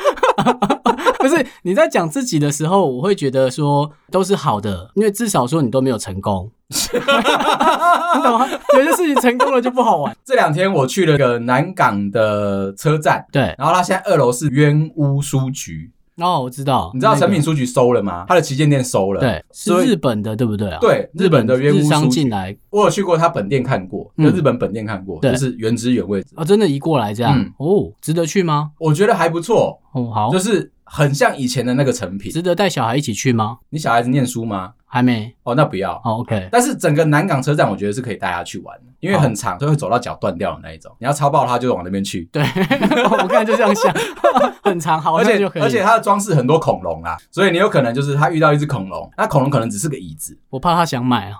[SPEAKER 2] 不是你在讲自己的时候，我会觉得说都是好的，因为至少说你都没有成功，你懂吗？有些事情成功了就不好玩。
[SPEAKER 1] 这两天我去了个南港的车站，
[SPEAKER 2] 对，
[SPEAKER 1] 然后他现在二楼是冤屋书局，
[SPEAKER 2] 哦，我知道，
[SPEAKER 1] 你知道
[SPEAKER 2] 那个
[SPEAKER 1] 诚品书局收了吗？它的旗舰店收了。，
[SPEAKER 2] 对是
[SPEAKER 1] 所以
[SPEAKER 2] 日本的，对不对啊？
[SPEAKER 1] 对日本的约屋
[SPEAKER 2] 日商
[SPEAKER 1] 书
[SPEAKER 2] 进来
[SPEAKER 1] 我有去过它本店看过，
[SPEAKER 2] 嗯
[SPEAKER 1] 就日本本店看过，
[SPEAKER 2] 对
[SPEAKER 1] 就是原汁原味，
[SPEAKER 2] 啊，真的移过来这样、
[SPEAKER 1] 嗯
[SPEAKER 2] 哦，值得去吗？
[SPEAKER 1] 我觉得还不错，
[SPEAKER 2] 哦，好，
[SPEAKER 1] 就是很像以前的那个成品。
[SPEAKER 2] 值得带小孩一起去吗？
[SPEAKER 1] 你小孩子念书吗？
[SPEAKER 2] 还没，
[SPEAKER 1] 哦，那不要。
[SPEAKER 2] 好、
[SPEAKER 1] (laughs)
[SPEAKER 2] o k
[SPEAKER 1] 但是整个南港车站，我觉得是可以带他去玩的，
[SPEAKER 2] 哦
[SPEAKER 1] 因为很长，都会走到脚断掉的那一种。你要超爆他，就往那边去。
[SPEAKER 2] 对，哦我刚才就这样想， (laughs) 很长，好，
[SPEAKER 1] 而
[SPEAKER 2] 那
[SPEAKER 1] 且
[SPEAKER 2] 就可以了。
[SPEAKER 1] 而且它的装饰很多恐龙啦，所以你有可能就是他遇到一只恐龙，那恐龙可能只是个椅子，
[SPEAKER 2] 我怕他想买啊，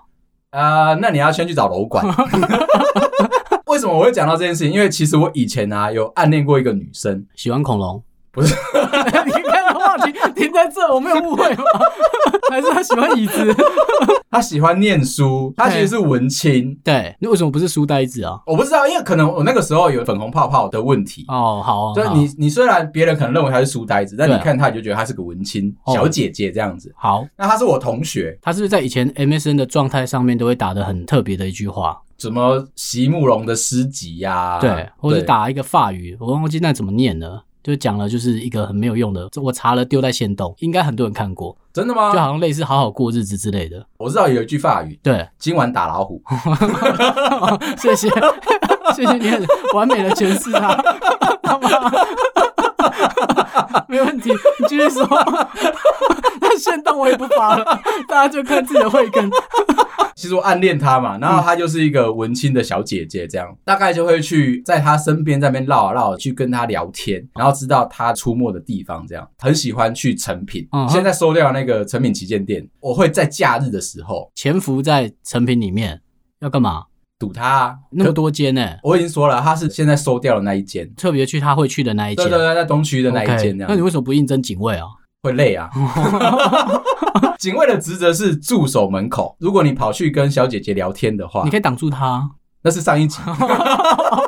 [SPEAKER 1] 啊，那你要先去找楼
[SPEAKER 2] (laughs)
[SPEAKER 1] 管。为什么我会讲到这件事情？因为其实我以前啊有暗恋过一个女生，
[SPEAKER 2] 喜欢恐龙。
[SPEAKER 1] 不是，
[SPEAKER 2] (laughs) 你看的话题停在这，我没有误会 (laughs) 吗？还是他喜欢椅子？
[SPEAKER 1] 她喜欢念书，她其实是文青。
[SPEAKER 2] 对，那为什么不是书呆子啊？
[SPEAKER 1] 我不知道，因为可能我那个时候有粉红泡泡的问题。
[SPEAKER 2] 哦，好啊，
[SPEAKER 1] 就是
[SPEAKER 2] 好
[SPEAKER 1] 你，你虽然别人可能认为她是书呆子，但你
[SPEAKER 2] 对
[SPEAKER 1] 看她你就觉得她是个文青
[SPEAKER 2] 哦
[SPEAKER 1] 小姐姐这样子。
[SPEAKER 2] 好，
[SPEAKER 1] 那她是我同学，
[SPEAKER 2] 他是不是在以前 MSN 的状态上面都会打的很特别的一句话？
[SPEAKER 1] 什么席慕容的诗集呀、
[SPEAKER 2] 对，或者
[SPEAKER 1] 对
[SPEAKER 2] 打一个法语，我忘记那怎么念了。就讲了，就是一个很没有用的，这我查了丢在线洞，应该很多人看过，
[SPEAKER 1] 真的
[SPEAKER 2] 就
[SPEAKER 1] 吗？
[SPEAKER 2] 好像类似好好过日子之类的。
[SPEAKER 1] 我知道有一句法语，
[SPEAKER 2] 对，
[SPEAKER 1] 今晚打老虎。
[SPEAKER 2] (laughs) 谢谢，谢谢你很完美的诠释 (laughs) 它， (laughs) 好吗？没问题，你继续说。他现动我也不发了，大家就看自己的慧根。
[SPEAKER 1] 其实我暗恋她嘛，然后她就是一个文青的小姐姐，这样、大概就会去在她身边在那边绕啊绕啊，去跟她聊天，然后知道她出没的地方，这样很喜欢去成品。
[SPEAKER 2] 嗯哼
[SPEAKER 1] 现在收掉那个成品旗舰店，我会在假日的时候
[SPEAKER 2] 潜伏在成品里面要干嘛？
[SPEAKER 1] 堵她、啊。
[SPEAKER 2] 那么
[SPEAKER 1] 可
[SPEAKER 2] 多间呢、
[SPEAKER 1] 我已经说了，她是现在收掉的那一间，
[SPEAKER 2] 特别去他会去的那一间。
[SPEAKER 1] 对对对，在东区的那一间，这
[SPEAKER 2] OK，
[SPEAKER 1] 样
[SPEAKER 2] 那你为什么不应征警卫啊？
[SPEAKER 1] 会累
[SPEAKER 2] (laughs)
[SPEAKER 1] 啊。警卫的职责是驻守门口，如果你跑去跟小姐姐聊天的话
[SPEAKER 2] 你可，以挡住他。
[SPEAKER 1] 那是上一集。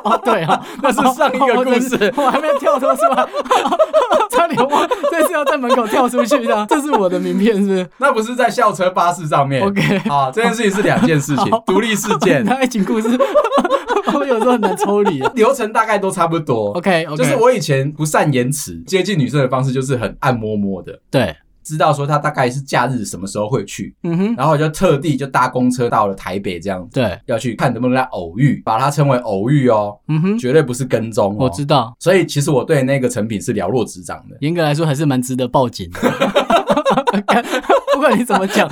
[SPEAKER 2] 哦，对啊，
[SPEAKER 1] (laughs) 那是上一个故事
[SPEAKER 2] (laughs) 我还没有跳脱出来， (laughs) 差点忘，这次要在门口跳出去的，这是我的名片是不是
[SPEAKER 1] 那不是在校车巴士上面。
[SPEAKER 2] ？OK，
[SPEAKER 1] (laughs) 啊，这件事情是两件事情
[SPEAKER 2] 好，
[SPEAKER 1] 独立事件，
[SPEAKER 2] 那爱情故事， (laughs) 我有时候很难抽离啊。
[SPEAKER 1] (laughs) 流程大概都差不多。
[SPEAKER 2] OK OK，
[SPEAKER 1] 就是我以前不善言辞，接近女生的方式就是很暗摸摸的，
[SPEAKER 2] 对，
[SPEAKER 1] 知道说她大概是假日什么时候会去，
[SPEAKER 2] 嗯哼，
[SPEAKER 1] 然后我就特地就搭公车到了台北这样子，
[SPEAKER 2] 对，
[SPEAKER 1] 要去看能不能来偶遇，把它称为偶遇哦，
[SPEAKER 2] 嗯哼，
[SPEAKER 1] 绝对不是跟踪哦。
[SPEAKER 2] 我知道。
[SPEAKER 1] 所以其实我对那个成品是了若指掌的。 (laughs)
[SPEAKER 2] 严格来说还是蛮值得报警的。 (laughs) 干不管你怎么讲，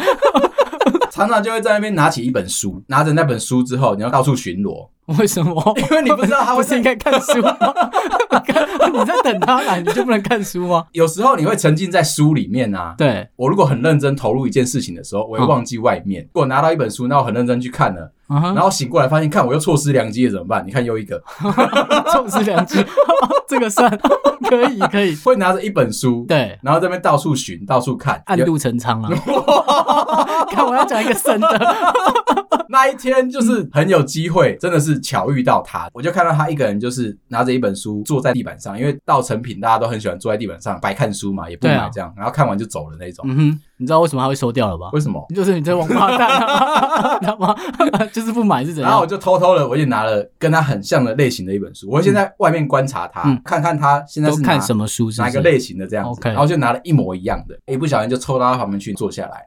[SPEAKER 1] 常常就会在那边拿起一本书，拿着那本书之后，你要到处巡 (laughs) 逻，
[SPEAKER 2] 为什么？
[SPEAKER 1] 因为你不知道他
[SPEAKER 2] 不
[SPEAKER 1] 会
[SPEAKER 2] 是
[SPEAKER 1] 在
[SPEAKER 2] 应该看书吗？ (laughs) 干你在等他来，你就不能看书吗？
[SPEAKER 1] 有时候你会沉浸在书里面啊。
[SPEAKER 2] 对，
[SPEAKER 1] 我如果很认真投入一件事情的时候，我会忘记外面。如果拿到一本书，那我很认真去看了，
[SPEAKER 2] 嗯哼
[SPEAKER 1] 然后醒过来发现，看我又错失良机了，怎么办？你看又一个
[SPEAKER 2] (laughs) 重视良机，这个算可以可以，
[SPEAKER 1] 会拿着一本书，
[SPEAKER 2] 对，
[SPEAKER 1] 然后这边到处寻、到处看。
[SPEAKER 2] 暗
[SPEAKER 1] 有
[SPEAKER 2] 度陈仓啊！ (laughs) 看我要讲一个深的，
[SPEAKER 1] 那一天就是很有机会，真的是巧遇到他，我就看到他一个人就是拿着一本书坐在地板上，因为到成品大家都很喜欢坐在地板上白看书嘛，也不
[SPEAKER 2] 对
[SPEAKER 1] 买
[SPEAKER 2] 啊
[SPEAKER 1] 这样，然后看完就走了那种。
[SPEAKER 2] 嗯哼，你知道为什么他会收掉了吧？
[SPEAKER 1] 为什么？
[SPEAKER 2] 就是你这王八蛋啊， (laughs) 你知道吗？就是不买是怎
[SPEAKER 1] 然后我
[SPEAKER 2] 样？
[SPEAKER 1] 就偷偷的，我就拿了跟他很像的类型的一本书，我会先在外面观察他，
[SPEAKER 2] 嗯
[SPEAKER 1] 看看他现在
[SPEAKER 2] 都
[SPEAKER 1] 是
[SPEAKER 2] 看
[SPEAKER 1] 么。
[SPEAKER 2] 什么书是不
[SPEAKER 1] 哪
[SPEAKER 2] 是？
[SPEAKER 1] 一个类型的这样子
[SPEAKER 2] OK
[SPEAKER 1] 然后就拿了一模一样的，一不小心就凑到他旁边去坐下来，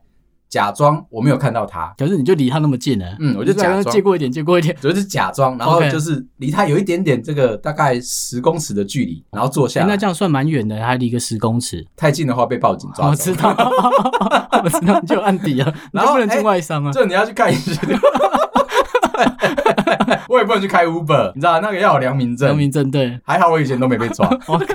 [SPEAKER 1] 假装我没有看到他，
[SPEAKER 2] 可是你就离他那么近呢？
[SPEAKER 1] 嗯我就
[SPEAKER 2] 你在那
[SPEAKER 1] 假装
[SPEAKER 2] 借过一点，借过一点。哎
[SPEAKER 1] 就是假装，然后
[SPEAKER 2] OK
[SPEAKER 1] 就是离他有一点点这个大概十公尺的距离，然后坐
[SPEAKER 2] 哎
[SPEAKER 1] 下来，
[SPEAKER 2] 那这样算蛮远的，还离个十公尺。哦
[SPEAKER 1] 太近的话被报警抓
[SPEAKER 2] 我
[SPEAKER 1] 走
[SPEAKER 2] 知。道，我知道，你 (laughs) 就按底了，你
[SPEAKER 1] (laughs) 然
[SPEAKER 2] 就
[SPEAKER 1] 后哎
[SPEAKER 2] 不能进外商啊。
[SPEAKER 1] 这你要去看医
[SPEAKER 2] (laughs)
[SPEAKER 1] 生，我也不能去开 Uber，你知道那个要有良民
[SPEAKER 2] 良
[SPEAKER 1] 证。
[SPEAKER 2] 民正对
[SPEAKER 1] 还好我以前都没被抓，
[SPEAKER 2] ，OK，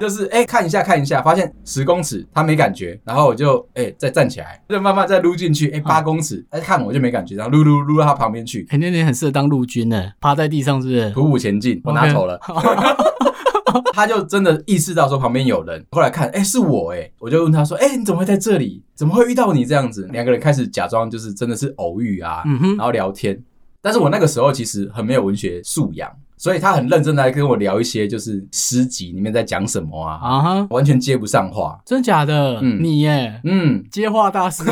[SPEAKER 1] 就是哎、看一下看一下，发现十公尺他没感觉，然后我就哎、再站起来，就慢慢再撸进去，哎、八公尺，哎、看我就没感觉，然后撸撸撸到他旁边去，
[SPEAKER 2] 哎，那你很适合当陆军呢，趴在地上是不是？
[SPEAKER 1] 徒步前进，我拿走了。 (laughs) 他就真的意识到说旁边有人，后来看，哎、是我哎、我就问他说，哎、你怎么会在这里？怎么会遇到你这样子？两个人开始假装就是真的是偶遇啊，
[SPEAKER 2] 嗯哼
[SPEAKER 1] 然，后聊天。但是我那个时候其实很没有文学素养，所以他很认真的来跟我聊一些就是诗集里面在讲什么啊，
[SPEAKER 2] 啊哈，
[SPEAKER 1] 完全接不上话。
[SPEAKER 2] 真假的？
[SPEAKER 1] 嗯
[SPEAKER 2] 你耶，
[SPEAKER 1] 嗯，
[SPEAKER 2] 接话大师，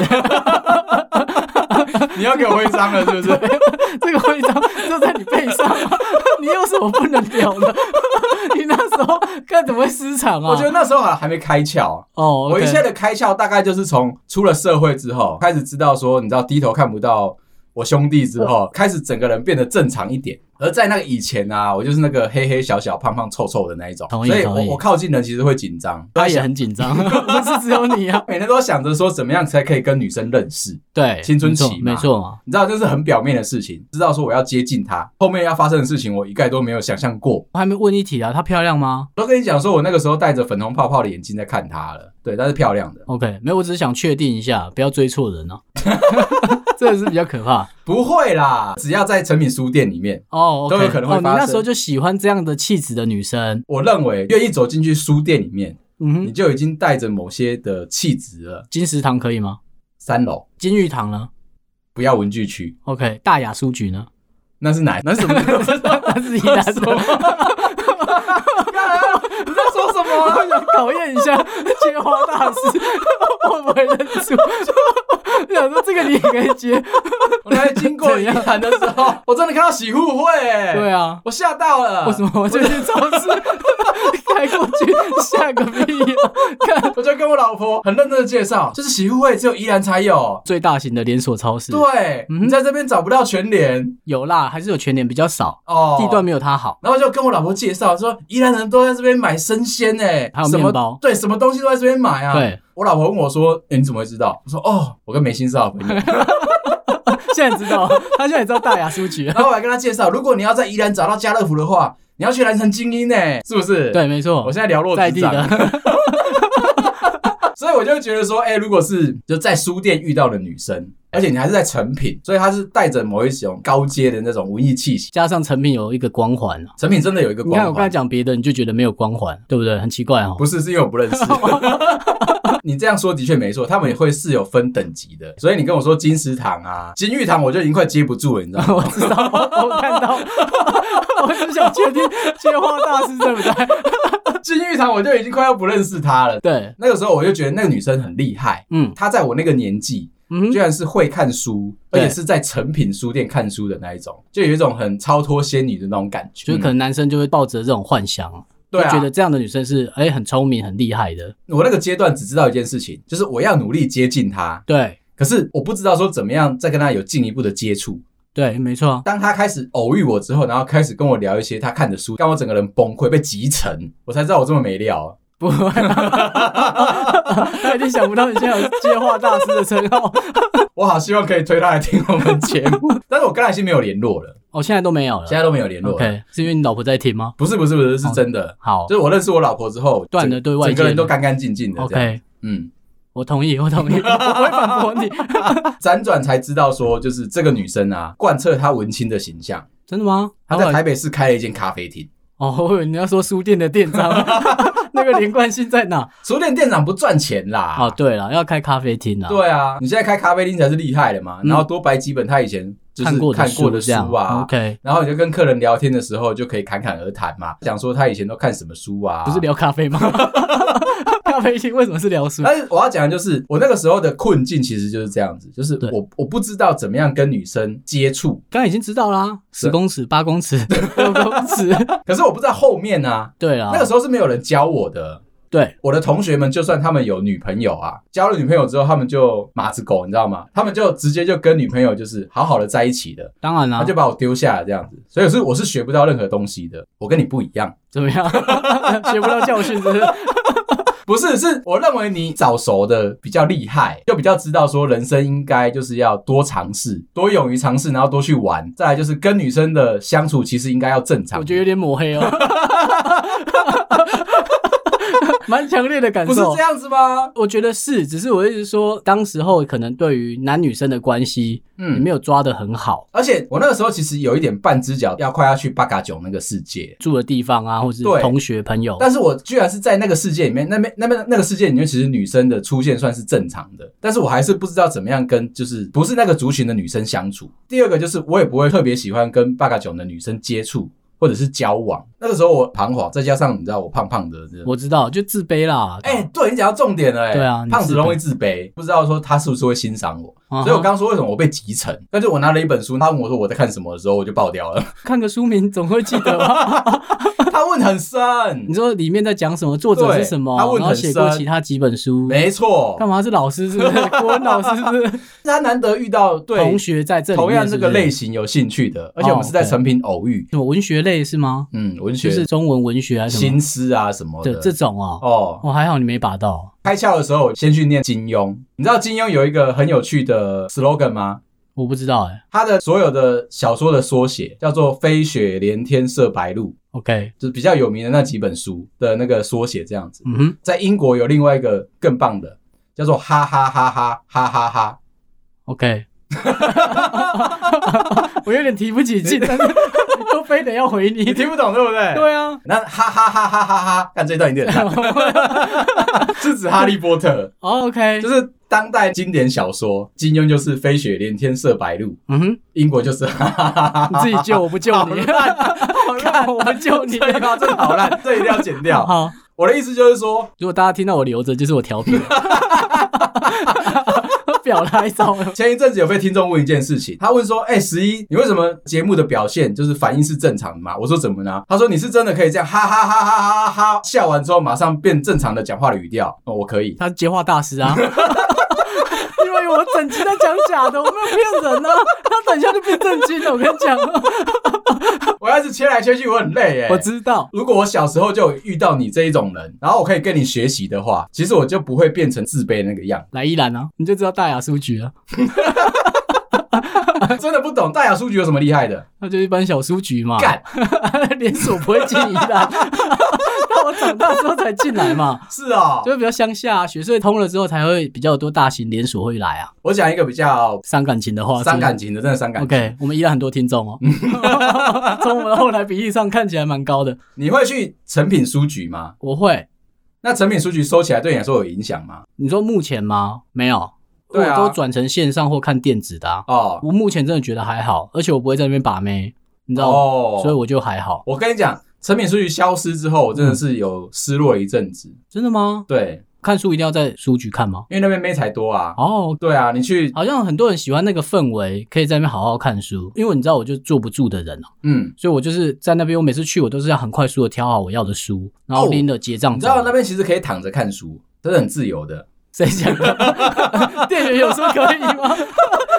[SPEAKER 1] 你要给我徽章了是不
[SPEAKER 2] (laughs)
[SPEAKER 1] 是？
[SPEAKER 2] 啊这个徽章就在你背上，啊你有什么不能聊的？ (laughs) 你那时候看怎么会失常啊？
[SPEAKER 1] 我觉得那时候还还没开窍、啊。
[SPEAKER 2] 哦，
[SPEAKER 1] 我一
[SPEAKER 2] OK
[SPEAKER 1] 切的开窍大概就是从出了社会之后，开始知道说，你知道低头看不到我兄弟之
[SPEAKER 2] 嗯
[SPEAKER 1] 后，开始整个人变得正常一点。而在那个以前啊，我就是那个黑黑小小、胖胖臭臭的那一种，
[SPEAKER 2] 同意
[SPEAKER 1] 所以
[SPEAKER 2] 同意
[SPEAKER 1] 我我靠近人其实会紧张。
[SPEAKER 2] 他也很紧张，不是只有
[SPEAKER 1] (laughs)
[SPEAKER 2] 你啊。
[SPEAKER 1] 每天都想着说怎么样才可以跟女生认识，
[SPEAKER 2] 对，
[SPEAKER 1] 青春期嘛
[SPEAKER 2] 没错没错嘛。
[SPEAKER 1] 你知道这是很表面的事情，知道说我要接近她，后面要发生的事情我一概都没有想象过。
[SPEAKER 2] 我还没问一题啊，她漂亮吗
[SPEAKER 1] 都跟你讲说我那个时候戴着粉红泡泡的眼镜在看她了，对，但是漂亮的，
[SPEAKER 2] ？OK，没有，我只是想确定一下，不要追错
[SPEAKER 1] (laughs)
[SPEAKER 2] 人啊。这个是比较可怕
[SPEAKER 1] 不会啦，只要在成品书店里面，
[SPEAKER 2] 哦，OK，
[SPEAKER 1] 都有可能会
[SPEAKER 2] 哦，你
[SPEAKER 1] 发生
[SPEAKER 2] 那时候就喜欢这样的气质的女生，
[SPEAKER 1] 我认为愿意走进去书店里面，
[SPEAKER 2] 嗯
[SPEAKER 1] 你
[SPEAKER 2] 哼，
[SPEAKER 1] 就已经带着某些的气质了。
[SPEAKER 2] 金石堂可以吗？
[SPEAKER 1] 三楼
[SPEAKER 2] 金玉堂呢
[SPEAKER 1] 不要文具区，
[SPEAKER 2] ？OK，大雅书局呢？
[SPEAKER 1] 那是
[SPEAKER 2] (laughs)
[SPEAKER 1] 哪？那是什么？你在
[SPEAKER 2] 那是宜兰
[SPEAKER 1] (laughs) 什么
[SPEAKER 2] 的。
[SPEAKER 1] 说什么啊？
[SPEAKER 2] 我想 (laughs) 考验一下接花大 (laughs) 师会不会认输。 (laughs) 我想说这个你也可以接，
[SPEAKER 1] 我那天经过宜兰的时
[SPEAKER 2] (laughs)
[SPEAKER 1] 候，我真的看到洗护会、欸，
[SPEAKER 2] 对
[SPEAKER 1] 啊，
[SPEAKER 2] 啊。
[SPEAKER 1] 我吓到了。
[SPEAKER 2] 为什？么我就去超市 (laughs) 开过去吓个屁啊！
[SPEAKER 1] 我就跟我老婆很认真的介绍，就是洗护会只有宜兰才有。
[SPEAKER 2] 最大型的连锁超市，
[SPEAKER 1] 对，
[SPEAKER 2] 嗯
[SPEAKER 1] 你在这边找不到全联
[SPEAKER 2] 有啦，还是有全年比较少，
[SPEAKER 1] 哦，
[SPEAKER 2] 地段没有它好。
[SPEAKER 1] 然后就跟我老婆介绍说，宜兰人都在这边买生鲜诶、欸
[SPEAKER 2] 还有
[SPEAKER 1] 什么
[SPEAKER 2] 面包
[SPEAKER 1] 对，什么东西都在这边买啊。
[SPEAKER 2] 对，
[SPEAKER 1] 我老婆问我说：“哎、你怎么会知道？”我说：“哦，我跟梅心是好朋友。” (laughs)
[SPEAKER 2] 现在知道，他现在也知道大雅书局了。
[SPEAKER 1] 然后我还跟他介绍，如果你要在宜兰找到家乐福的话，你要去蓝城精英呢、是不是？，
[SPEAKER 2] 对，没错
[SPEAKER 1] 我，现在寥落
[SPEAKER 2] 在
[SPEAKER 1] 指
[SPEAKER 2] 地
[SPEAKER 1] 掌。
[SPEAKER 2] 的
[SPEAKER 1] (laughs) 所以我就会觉得说，哎、如果是就在书店遇到的女生，而且你还是在成品，所以她是带着某一种高阶的那种文艺气息。
[SPEAKER 2] 加上成品有一个光环啊。
[SPEAKER 1] 成品真的有一个
[SPEAKER 2] 你看
[SPEAKER 1] 光
[SPEAKER 2] 我刚才
[SPEAKER 1] 环，
[SPEAKER 2] 讲别的，你就觉得没有光环，对不对？很奇怪哦。
[SPEAKER 1] 不是是因为我不
[SPEAKER 2] (laughs)
[SPEAKER 1] 认识。你这样说的确没错，他们也会是有分等级的。所以你跟我说金石堂啊、金玉堂，我就已经快接不住了，你知道吗？ (laughs)
[SPEAKER 2] 我知道，我我看到， (laughs) 我只想确定接话大师对不对？ (laughs)
[SPEAKER 1] 金玉堂我就已经快要不认识她了。
[SPEAKER 2] 对，
[SPEAKER 1] 那个时候我就觉得那个女生很厉害，
[SPEAKER 2] 嗯
[SPEAKER 1] 她在我那个年纪，
[SPEAKER 2] 嗯
[SPEAKER 1] 居
[SPEAKER 2] 哼，
[SPEAKER 1] 然是会看书，而
[SPEAKER 2] 对
[SPEAKER 1] 且是在成品书店看书的那一种，就有一种很超脱仙女的那种感觉。
[SPEAKER 2] 就是可能男生就会抱着这种幻想啊，
[SPEAKER 1] 对啊
[SPEAKER 2] 就觉得这样的女生是哎、很聪明很厉害的，
[SPEAKER 1] 我那个阶段只知道一件事情，就是我要努力接近她，
[SPEAKER 2] 对
[SPEAKER 1] 可是我不知道说怎么样再跟她有进一步的接触。
[SPEAKER 2] 对，没错啊，
[SPEAKER 1] 当她开始偶遇我之后，然后开始跟我聊一些她看的书，让我整个人崩溃，被击沉，我才知道我这么没料。 (laughs)
[SPEAKER 2] 不会、啊， (laughs) 他已经想不到你现在有接话大师的称号， (laughs)
[SPEAKER 1] 我好希望可以推她来听我们节目， (laughs) 但是我跟她已经没有联络了，
[SPEAKER 2] 哦，现在都没有了
[SPEAKER 1] 现。在都没有联络了。
[SPEAKER 2] OK，是因为你老婆在听吗？
[SPEAKER 1] 不是不是不是，是真的。
[SPEAKER 2] 好
[SPEAKER 1] 就是我认识我老婆之后，
[SPEAKER 2] 哦断了
[SPEAKER 1] 整
[SPEAKER 2] 对外
[SPEAKER 1] 整个
[SPEAKER 2] 界
[SPEAKER 1] 人
[SPEAKER 2] 的
[SPEAKER 1] 都干干净净的。这样
[SPEAKER 2] ，OK，
[SPEAKER 1] 嗯，
[SPEAKER 2] 我同意，我同意，我不会反驳你。 (laughs)
[SPEAKER 1] 辗转才知道说，就是这个女生啊，贯彻她文青的形象。
[SPEAKER 2] 真的吗？
[SPEAKER 1] 她在台北市开了一间咖啡厅，
[SPEAKER 2] 哦，我以为你要说书店的店长， (laughs) 那个连贯性在哪？
[SPEAKER 1] 书店店长不赚钱啦。
[SPEAKER 2] 哦，对了，要开咖啡厅啊。
[SPEAKER 1] 对啊，你现在开咖啡厅才是厉害的嘛。
[SPEAKER 2] 嗯
[SPEAKER 1] 然后多摆几本她以前就是
[SPEAKER 2] 看过的
[SPEAKER 1] 看过的
[SPEAKER 2] 这样嗯
[SPEAKER 1] 书啊。
[SPEAKER 2] OK，
[SPEAKER 1] 然后你就跟客人聊天的时候，就可以侃侃而谈嘛，讲说她以前都看什么书啊。
[SPEAKER 2] 不是聊咖啡
[SPEAKER 1] (laughs)
[SPEAKER 2] 吗？咖啡厅为什么是聊书？
[SPEAKER 1] 但是我要讲的就是，我那个时候的困境其实就是这样子，就是
[SPEAKER 2] 对
[SPEAKER 1] 我我不知道怎么样跟女生接触，
[SPEAKER 2] 刚才已经知道啦，
[SPEAKER 1] 是
[SPEAKER 2] 十公尺、八
[SPEAKER 1] (laughs)
[SPEAKER 2] 公尺、六公尺。
[SPEAKER 1] 可是我不知道后面啊，
[SPEAKER 2] 对啦，
[SPEAKER 1] 那个时候是没有人教我的。
[SPEAKER 2] 对，
[SPEAKER 1] 我的同学们，就算他们有女朋友啊，交了女朋友之后，他们就马子狗，你知道吗？他们就直接就跟女朋友就是好好的在一起的，
[SPEAKER 2] 当然啦、
[SPEAKER 1] 他就把我丢下了这样子。所以是我是学不到任何东西的，我跟你不一样，
[SPEAKER 2] 怎么样？ (laughs) 学不到教训是不是？
[SPEAKER 1] 不是，是我认为你早熟的比较厉害，就比较知道说人生应该就是要多尝试，多勇于尝试，然后多去玩。再来就是跟女生的相处，其实应该要正常。
[SPEAKER 2] 我觉得有点
[SPEAKER 1] (laughs)
[SPEAKER 2] 抹黑哦，蛮强烈的感受。
[SPEAKER 1] 不是这样子吗？
[SPEAKER 2] 我觉得是，只是我一直说，当时候可能对于男女生的关系，
[SPEAKER 1] 嗯
[SPEAKER 2] 你没有抓得很好，
[SPEAKER 1] 而且我那个时候其实有一点半只脚要快要去八嘎囧那个世界，
[SPEAKER 2] 住的地方啊，或是
[SPEAKER 1] 对
[SPEAKER 2] 同学朋友，
[SPEAKER 1] 但是我居然是在那个世界里面，那边那边那个世界里面，其实女生的出现算是正常的，但是我还是不知道怎么样跟就是不是那个族群的女生相处。第二个就是我也不会特别喜欢跟八嘎囧的女生接触或者是交往。那个时候我彷徨，再加上你知道我胖胖的，这
[SPEAKER 2] 我知道，就自卑啦。
[SPEAKER 1] 哎、对你讲到重点了、哎，
[SPEAKER 2] 对啊你
[SPEAKER 1] 胖子
[SPEAKER 2] 自卑
[SPEAKER 1] 容易自卑，不知道说他是不是会欣赏我，
[SPEAKER 2] 嗯哼
[SPEAKER 1] 所以我刚说为什么我被集成，但是我拿了一本书，他问我说我在看什么的时候，我就爆掉了。 (laughs)
[SPEAKER 2] 看个书名总会记得吧？
[SPEAKER 1] 他问很
[SPEAKER 2] 你
[SPEAKER 1] 深，
[SPEAKER 2] 说里面在讲什么，作者是什么，
[SPEAKER 1] 对他问
[SPEAKER 2] 然后
[SPEAKER 1] 很
[SPEAKER 2] 写过
[SPEAKER 1] 深
[SPEAKER 2] 其他几本书，
[SPEAKER 1] 没错
[SPEAKER 2] 干，嘛是老师是不
[SPEAKER 1] (laughs)
[SPEAKER 2] 是？国文老师是不是？
[SPEAKER 1] 他难得遇到对
[SPEAKER 2] 同学在这里面
[SPEAKER 1] 同样这个类
[SPEAKER 2] 型，
[SPEAKER 1] 型有兴趣的，而且我们是在成品偶遇，
[SPEAKER 2] 什么文学类是吗？
[SPEAKER 1] 嗯，文
[SPEAKER 2] 哦
[SPEAKER 1] 学、
[SPEAKER 2] 就是中文文学还是什么
[SPEAKER 1] 新诗啊什么
[SPEAKER 2] 对
[SPEAKER 1] 的
[SPEAKER 2] 这。种哦。
[SPEAKER 1] 哦，
[SPEAKER 2] 哦，还好你没把到，
[SPEAKER 1] 开窍的时候我先去念金庸，你知道金庸有一个很有趣的 slogan 吗？
[SPEAKER 2] 我不知道哎。
[SPEAKER 1] 他的所有的小说的缩写叫做“飞雪连天射白鹿
[SPEAKER 2] OK，”，
[SPEAKER 1] 就是比较有名的那几本书的那个缩写这样子。
[SPEAKER 2] 嗯哼
[SPEAKER 1] 在英国有另外一个更棒的，叫做“哈哈哈哈哈哈哈 (laughs)
[SPEAKER 2] ，OK。我有点提不起劲，但是都非得要回”，
[SPEAKER 1] 你
[SPEAKER 2] 你。
[SPEAKER 1] 听不懂对不对？
[SPEAKER 2] 对啊， (laughs)
[SPEAKER 1] 那哈哈哈哈哈哈，看这一段有点烂，是指《哈利波特
[SPEAKER 2] 哦》，，OK， (laughs)
[SPEAKER 1] 就是当代经典小说，金庸就是“飞雪连天射白鹿
[SPEAKER 2] 嗯哼，”，
[SPEAKER 1] 英国就是 (laughs) 哈哈哈哈
[SPEAKER 2] 你自己救我不救
[SPEAKER 1] 好
[SPEAKER 2] 你，
[SPEAKER 1] 烂，好
[SPEAKER 2] 看
[SPEAKER 1] 烂，
[SPEAKER 2] 我不救你。
[SPEAKER 1] 对吧？真的好
[SPEAKER 2] (laughs)
[SPEAKER 1] 烂，这一定要剪掉。
[SPEAKER 2] 好，
[SPEAKER 1] 我的意思就是说，
[SPEAKER 2] 如果大家听到我留着，就是我调皮， (laughs) 表来照。
[SPEAKER 1] 前一阵子有被听众问一件事情，他问说：“哎、十一，你为什么节目的表现就是反应是正常的嘛？”我说：“怎么呢？”他说：“你是真的可以这样哈哈哈哈哈哈哈笑完之后马上变正常的讲话的语调。”哦，我可以。 (laughs)
[SPEAKER 2] 他是接话大师啊。因为我整集在讲假的，我没有骗人呢、啊。他等一下就变正经了，我跟你讲。
[SPEAKER 1] 我要是切来切去，我很累哎、
[SPEAKER 2] (laughs) 我知道，
[SPEAKER 1] 如果我小时候就有遇到你这一种人，然后我可以跟你学习的话，其实我就不会变成自卑那个样。
[SPEAKER 2] 来一兰啊，你就知道大雅书局了，
[SPEAKER 1] (laughs) 真的不懂大雅书局有什么厉害的？
[SPEAKER 2] 那就一般小书局嘛。
[SPEAKER 1] 干，
[SPEAKER 2] (laughs) 连锁不会进宜兰，到我长大之后才进来嘛，
[SPEAKER 1] 是哦。
[SPEAKER 2] 就会比较乡下、啊，雪隧通了之后才会比较多大型连锁会来啊。
[SPEAKER 1] 我讲一个比较
[SPEAKER 2] 伤感情的话，
[SPEAKER 1] 伤感情的，真的伤感情。
[SPEAKER 2] OK，我们依然很多听
[SPEAKER 1] (laughs)
[SPEAKER 2] 众哦， (laughs) 从我们的后台比例上看起来蛮高的。
[SPEAKER 1] 你会去成品书局吗？
[SPEAKER 2] 我会，
[SPEAKER 1] 那成品书局收起来对你来说有影响吗？
[SPEAKER 2] 你说目前吗？没有，
[SPEAKER 1] 对啊
[SPEAKER 2] 我都转成线上或看电子的、啊。
[SPEAKER 1] 哦
[SPEAKER 2] 我目前真的觉得还好，而且我不会在那边把妹，你知道吗？
[SPEAKER 1] 哦，
[SPEAKER 2] 所以我就还好。
[SPEAKER 1] 我跟你讲，成品书局消失之后，我真的是有失落一阵子。
[SPEAKER 2] 真的吗？
[SPEAKER 1] 对，
[SPEAKER 2] 看书一定要在书局看吗？
[SPEAKER 1] 因为那边妹才多啊。
[SPEAKER 2] 哦，
[SPEAKER 1] 对啊，你去，
[SPEAKER 2] 好像很多人喜欢那个氛围，可以在那边好好看书。因为你知道，我就坐不住的人哦、
[SPEAKER 1] 嗯，
[SPEAKER 2] 所以我就是在那边，我每次去我都是要很快速的挑好我要的书，然后
[SPEAKER 1] 哦
[SPEAKER 2] 拎着结账
[SPEAKER 1] 你知
[SPEAKER 2] 走了。
[SPEAKER 1] 道那边其实可以躺着看书，真的很自由的。
[SPEAKER 2] 谁讲 (laughs) 的？店员有说可以吗？ (laughs)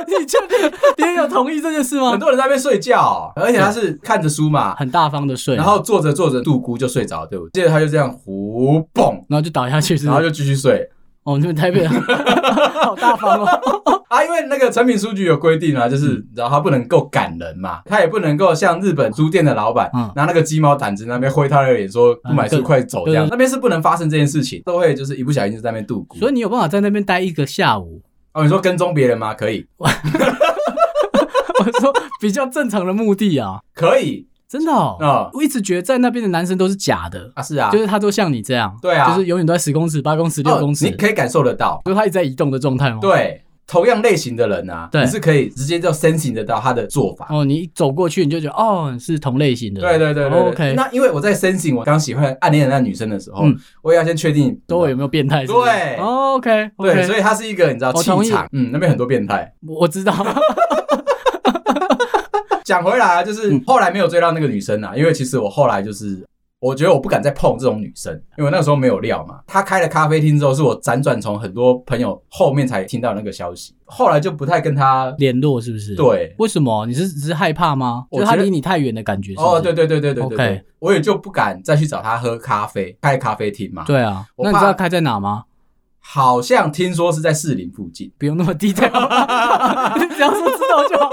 [SPEAKER 2] 你确定店员有同意这件事
[SPEAKER 1] 很
[SPEAKER 2] 吗？
[SPEAKER 1] 多人在那边睡觉，而且他是看着书嘛，
[SPEAKER 2] 很大方的睡，啊
[SPEAKER 1] 然后坐着坐着杜姑就睡着了，对不对？接着他就这样胡蹦，
[SPEAKER 2] 然后就倒下去是
[SPEAKER 1] 然
[SPEAKER 2] 吗
[SPEAKER 1] 后就继续睡。
[SPEAKER 2] 哦，你们台北人 (laughs) 好大方哦。
[SPEAKER 1] 啊，因为那个成品书局有规定啊，就是
[SPEAKER 2] 嗯
[SPEAKER 1] 然后他不能够赶人嘛，他也不能够像日本书店的老板、
[SPEAKER 2] 嗯
[SPEAKER 1] 拿那个鸡毛掸子那边挥他的脸说不买书快走这样，
[SPEAKER 2] 嗯对
[SPEAKER 1] 那边是不能发生这件事情，都会就是一不小心就在那边度过。
[SPEAKER 2] (laughs) 所以你有办法在那边待一个下午？
[SPEAKER 1] 哦，你说跟踪别人吗？可以，
[SPEAKER 2] 我说比较正常的目的啊，
[SPEAKER 1] 可以
[SPEAKER 2] 真的哦。
[SPEAKER 1] 啊、
[SPEAKER 2] 我一直觉得在那边的男生都是假的，
[SPEAKER 1] 啊，是啊，
[SPEAKER 2] 就是他都像你这样，
[SPEAKER 1] 对啊
[SPEAKER 2] 就是永远都在十公尺、八公尺、六
[SPEAKER 1] 哦
[SPEAKER 2] 公尺，
[SPEAKER 1] 你可以感受得到，
[SPEAKER 2] 就是他一直在移动的状态吗？。
[SPEAKER 1] 对。同样类型的人啊，
[SPEAKER 2] 对
[SPEAKER 1] 你是可以直接就 sensing 得到他的做法。
[SPEAKER 2] 哦，你一走过去你就觉得哦是同类型的，
[SPEAKER 1] 对对对对对
[SPEAKER 2] 哦 OK，
[SPEAKER 1] 那因为我在 sensing 我刚喜欢暗恋的那女生的时候，
[SPEAKER 2] 嗯
[SPEAKER 1] 我也要先确定
[SPEAKER 2] 周围有没有变态是不是？
[SPEAKER 1] 对
[SPEAKER 2] 哦，OK，
[SPEAKER 1] 对，所以它是一个你知道
[SPEAKER 2] 我
[SPEAKER 1] 气
[SPEAKER 2] 同意
[SPEAKER 1] 场，嗯，那边很多变
[SPEAKER 2] (laughs)
[SPEAKER 1] 态。
[SPEAKER 2] 我我知道，
[SPEAKER 1] 讲回来啊，
[SPEAKER 2] 嗯
[SPEAKER 1] 就是后来没有追到那个女生啊，因为其实我后来就是。我觉得我不敢再碰这种女生，因为我那时候没有料嘛。她开了咖啡厅之后，是我辗转从很多朋友后面才听到那个消息，后来就不太跟她
[SPEAKER 2] 联络是不是？，
[SPEAKER 1] 对。
[SPEAKER 2] 为什么？你是只是害怕吗？
[SPEAKER 1] 我
[SPEAKER 2] 就是他
[SPEAKER 1] 觉得
[SPEAKER 2] 离你太远的感觉是不是
[SPEAKER 1] 哦，对对对对对对
[SPEAKER 2] OK
[SPEAKER 1] 对，我也就不敢再去找她喝咖啡，开咖啡厅嘛。，
[SPEAKER 2] 对啊，
[SPEAKER 1] 我
[SPEAKER 2] 那你
[SPEAKER 1] 怕
[SPEAKER 2] 知道开在哪吗？
[SPEAKER 1] 好像听说是在士林附
[SPEAKER 2] (laughs)
[SPEAKER 1] 近。
[SPEAKER 2] 不用那么
[SPEAKER 1] (laughs)
[SPEAKER 2] 低调，你只要说知道就好。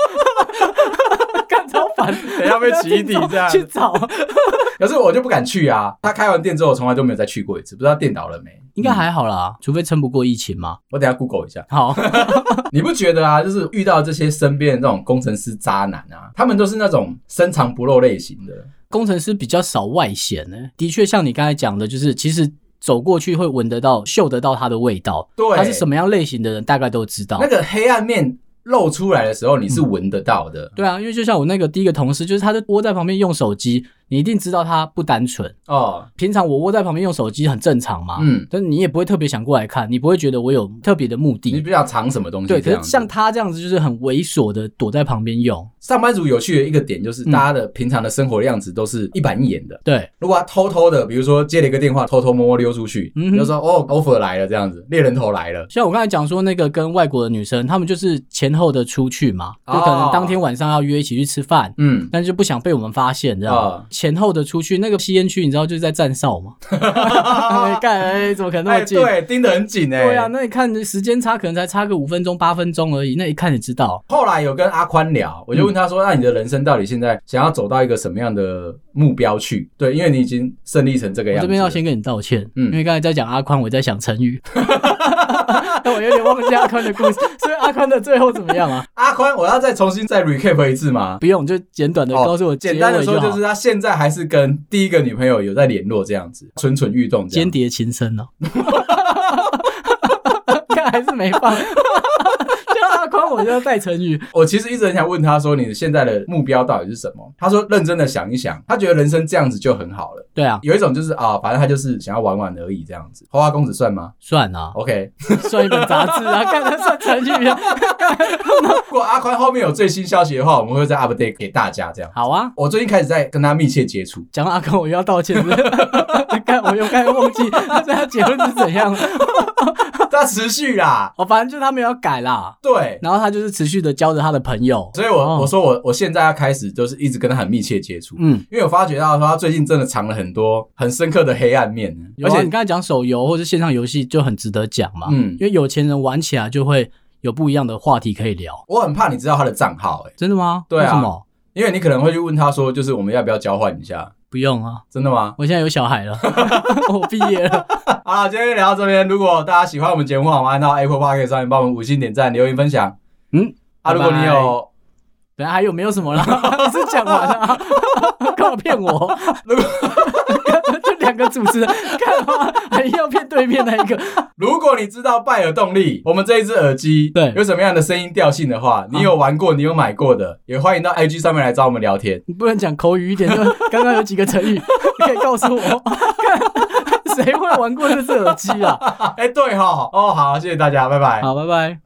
[SPEAKER 2] 干超烦，
[SPEAKER 1] 等一下被起底这样
[SPEAKER 2] 去找，
[SPEAKER 1] (laughs) 可是我就不敢去啊！他开完店之后，我从来都没有再去过一次，不知道店倒了没。
[SPEAKER 2] 应该
[SPEAKER 1] 嗯
[SPEAKER 2] 还好啦，除非撑不过疫情嘛。
[SPEAKER 1] 我等一下 Google 一下。 (laughs)
[SPEAKER 2] 好， (laughs)
[SPEAKER 1] 你不觉得啊？就是遇到这些身边的那种工程师渣男啊，他们都是那种深藏不露类型的。
[SPEAKER 2] 工程师比较少外显呢、的确像你刚才讲的，就是其实走过去会闻得到、嗅得到它的味道，
[SPEAKER 1] 对
[SPEAKER 2] 他是什么样类型的人，大概都知道
[SPEAKER 1] 那。个黑暗面露出来的时候，你是闻得到的。
[SPEAKER 2] 对啊，因为就像我那个第一个同事，就是他就窝在旁边用手机，你一定知道他不单纯。
[SPEAKER 1] 哦，
[SPEAKER 2] 平常我窝在旁边用手机很正常嘛，
[SPEAKER 1] 嗯
[SPEAKER 2] 但是你也不会特别想过来看，你不会觉得我有特别的目
[SPEAKER 1] 你
[SPEAKER 2] 的。
[SPEAKER 1] 比较藏什么东西？
[SPEAKER 2] 对，
[SPEAKER 1] 这
[SPEAKER 2] 可
[SPEAKER 1] 样
[SPEAKER 2] 是
[SPEAKER 1] 子
[SPEAKER 2] 像他这样子就是很猥琐的躲在旁边用，
[SPEAKER 1] 上班族有趣的一个点，就是
[SPEAKER 2] 嗯
[SPEAKER 1] 大家的平常的生活样子都是一板一眼的。
[SPEAKER 2] 对，
[SPEAKER 1] 如果他偷偷的，比如说接了一个电话，偷偷摸摸溜出去，
[SPEAKER 2] 嗯
[SPEAKER 1] 嗯、
[SPEAKER 2] 哼
[SPEAKER 1] 就说哦，offer 来了这样子，猎人头来了。
[SPEAKER 2] 像我刚才讲说那个跟外国的女生，她们就是前后的出去嘛，就
[SPEAKER 1] 哦
[SPEAKER 2] 可能当天晚上要约一起去吃饭，
[SPEAKER 1] 嗯，
[SPEAKER 2] 但是就不想被我们发现，这样、
[SPEAKER 1] 啊
[SPEAKER 2] 前后的出去，那个吸烟区你知道就是在站哨
[SPEAKER 1] (laughs)
[SPEAKER 2] 嘛，干、哎怎么可能那么
[SPEAKER 1] 哎，
[SPEAKER 2] 近？
[SPEAKER 1] 对，盯得很紧哎、
[SPEAKER 2] 对啊，那你看时间差可能才差个五分钟八分钟而已，那一看你知道，
[SPEAKER 1] 后来有跟阿宽聊，我就问他
[SPEAKER 2] 嗯
[SPEAKER 1] 说：“那你的人生到底现在想要走到一个什么样的目标去？”对，因为你已经胜利成这个
[SPEAKER 2] 我
[SPEAKER 1] 样子
[SPEAKER 2] 这
[SPEAKER 1] 了。
[SPEAKER 2] 边要先跟你道歉，
[SPEAKER 1] 嗯
[SPEAKER 2] 因为刚才在讲阿宽，我在想
[SPEAKER 1] (laughs)
[SPEAKER 2] 成语，但我有点忘记阿宽的故事， (laughs) 所以阿宽的最后怎么样
[SPEAKER 1] (laughs)
[SPEAKER 2] 啊？
[SPEAKER 1] 阿宽，我要再重新再 recap 一次吗？
[SPEAKER 2] 不用，就简短的
[SPEAKER 1] 哦
[SPEAKER 2] 告诉我、
[SPEAKER 1] 简单的说，
[SPEAKER 2] 就
[SPEAKER 1] 就
[SPEAKER 2] 好
[SPEAKER 1] 是他现在还是跟第一个女朋友有在联络，这样子蠢蠢欲动这
[SPEAKER 2] 间
[SPEAKER 1] 样。
[SPEAKER 2] 谍情深
[SPEAKER 1] (laughs)
[SPEAKER 2] 哦，看还是没放。 (laughs) 叫阿宽，我就要带成语。
[SPEAKER 1] 我其实一直很想问他说：“你现在的目标到底是什么？”他说：“认真的想一想，他觉得人生这样子就很好了。
[SPEAKER 2] 对啊，
[SPEAKER 1] 有一种就是啊，反正他就是想要玩玩而已，这样子。花花公子算吗
[SPEAKER 2] 算啊，
[SPEAKER 1] ？OK，
[SPEAKER 2] 算一本杂志
[SPEAKER 1] (laughs)
[SPEAKER 2] 啊，看它算成语啊。
[SPEAKER 1] 如果阿宽后面有最新消息的话，我们会再 update 给大家这样。
[SPEAKER 2] 好啊，
[SPEAKER 1] 我最近开始在跟他密切接
[SPEAKER 2] (laughs)
[SPEAKER 1] 触，
[SPEAKER 2] 讲到阿宽，我又
[SPEAKER 1] (laughs)
[SPEAKER 2] (laughs) 要道歉了。看，我又该忘记他他结婚是怎样。
[SPEAKER 1] 他持续啦，
[SPEAKER 2] 哦，反正就是他没有改啦。
[SPEAKER 1] 对。
[SPEAKER 2] 然后他就是持续的交着他的朋友，
[SPEAKER 1] 所以我，我
[SPEAKER 2] 哦
[SPEAKER 1] 说我我现在要开始就是一直跟他很密切接触，
[SPEAKER 2] 嗯，
[SPEAKER 1] 因为我发觉到说他最近真的藏了很多很深刻的黑暗面，
[SPEAKER 2] 有
[SPEAKER 1] 而
[SPEAKER 2] 啊
[SPEAKER 1] 且
[SPEAKER 2] 你刚才讲手游或是线上游戏就很值得讲嘛，
[SPEAKER 1] 嗯
[SPEAKER 2] 因为有钱人玩起来就会有不一样的话题可以聊。
[SPEAKER 1] 我很怕你知道他的账号、欸，
[SPEAKER 2] 真的吗？
[SPEAKER 1] 对啊
[SPEAKER 2] 为什么？
[SPEAKER 1] 因为你可能会去问他说，就是我们要不要交换一下？
[SPEAKER 2] 不用啊，
[SPEAKER 1] 真的吗？ (laughs)
[SPEAKER 2] 我现在有小孩了，我毕业了。
[SPEAKER 1] 好，今天就聊到这边。如果大家喜欢我们节目，好吗？到 Apple Park 上面帮我们五星点赞、留言、分享。
[SPEAKER 2] 嗯，
[SPEAKER 1] 啊，
[SPEAKER 2] 拜
[SPEAKER 1] 如
[SPEAKER 2] 拜
[SPEAKER 1] 果你有
[SPEAKER 2] 等下还有没有
[SPEAKER 1] (laughs)
[SPEAKER 2] 什么了？是讲完了、啊，干嘛骗我？
[SPEAKER 1] 如果
[SPEAKER 2] 就两个主持人，干嘛还要骗对面那一个？
[SPEAKER 1] 如果你知道拜耳动力，我们这一只耳机
[SPEAKER 2] 对
[SPEAKER 1] 有什么样的声音调性的话，你有玩过，你有买过的，也欢迎到 IG 上面来找我们聊天。
[SPEAKER 2] 你不能讲口语一点，就刚刚有几个成语，你可以告诉我，干谁会玩过这只耳机啊？
[SPEAKER 1] 啊哎、对哈，哦，好，谢谢大家，拜拜。
[SPEAKER 2] 好，拜拜。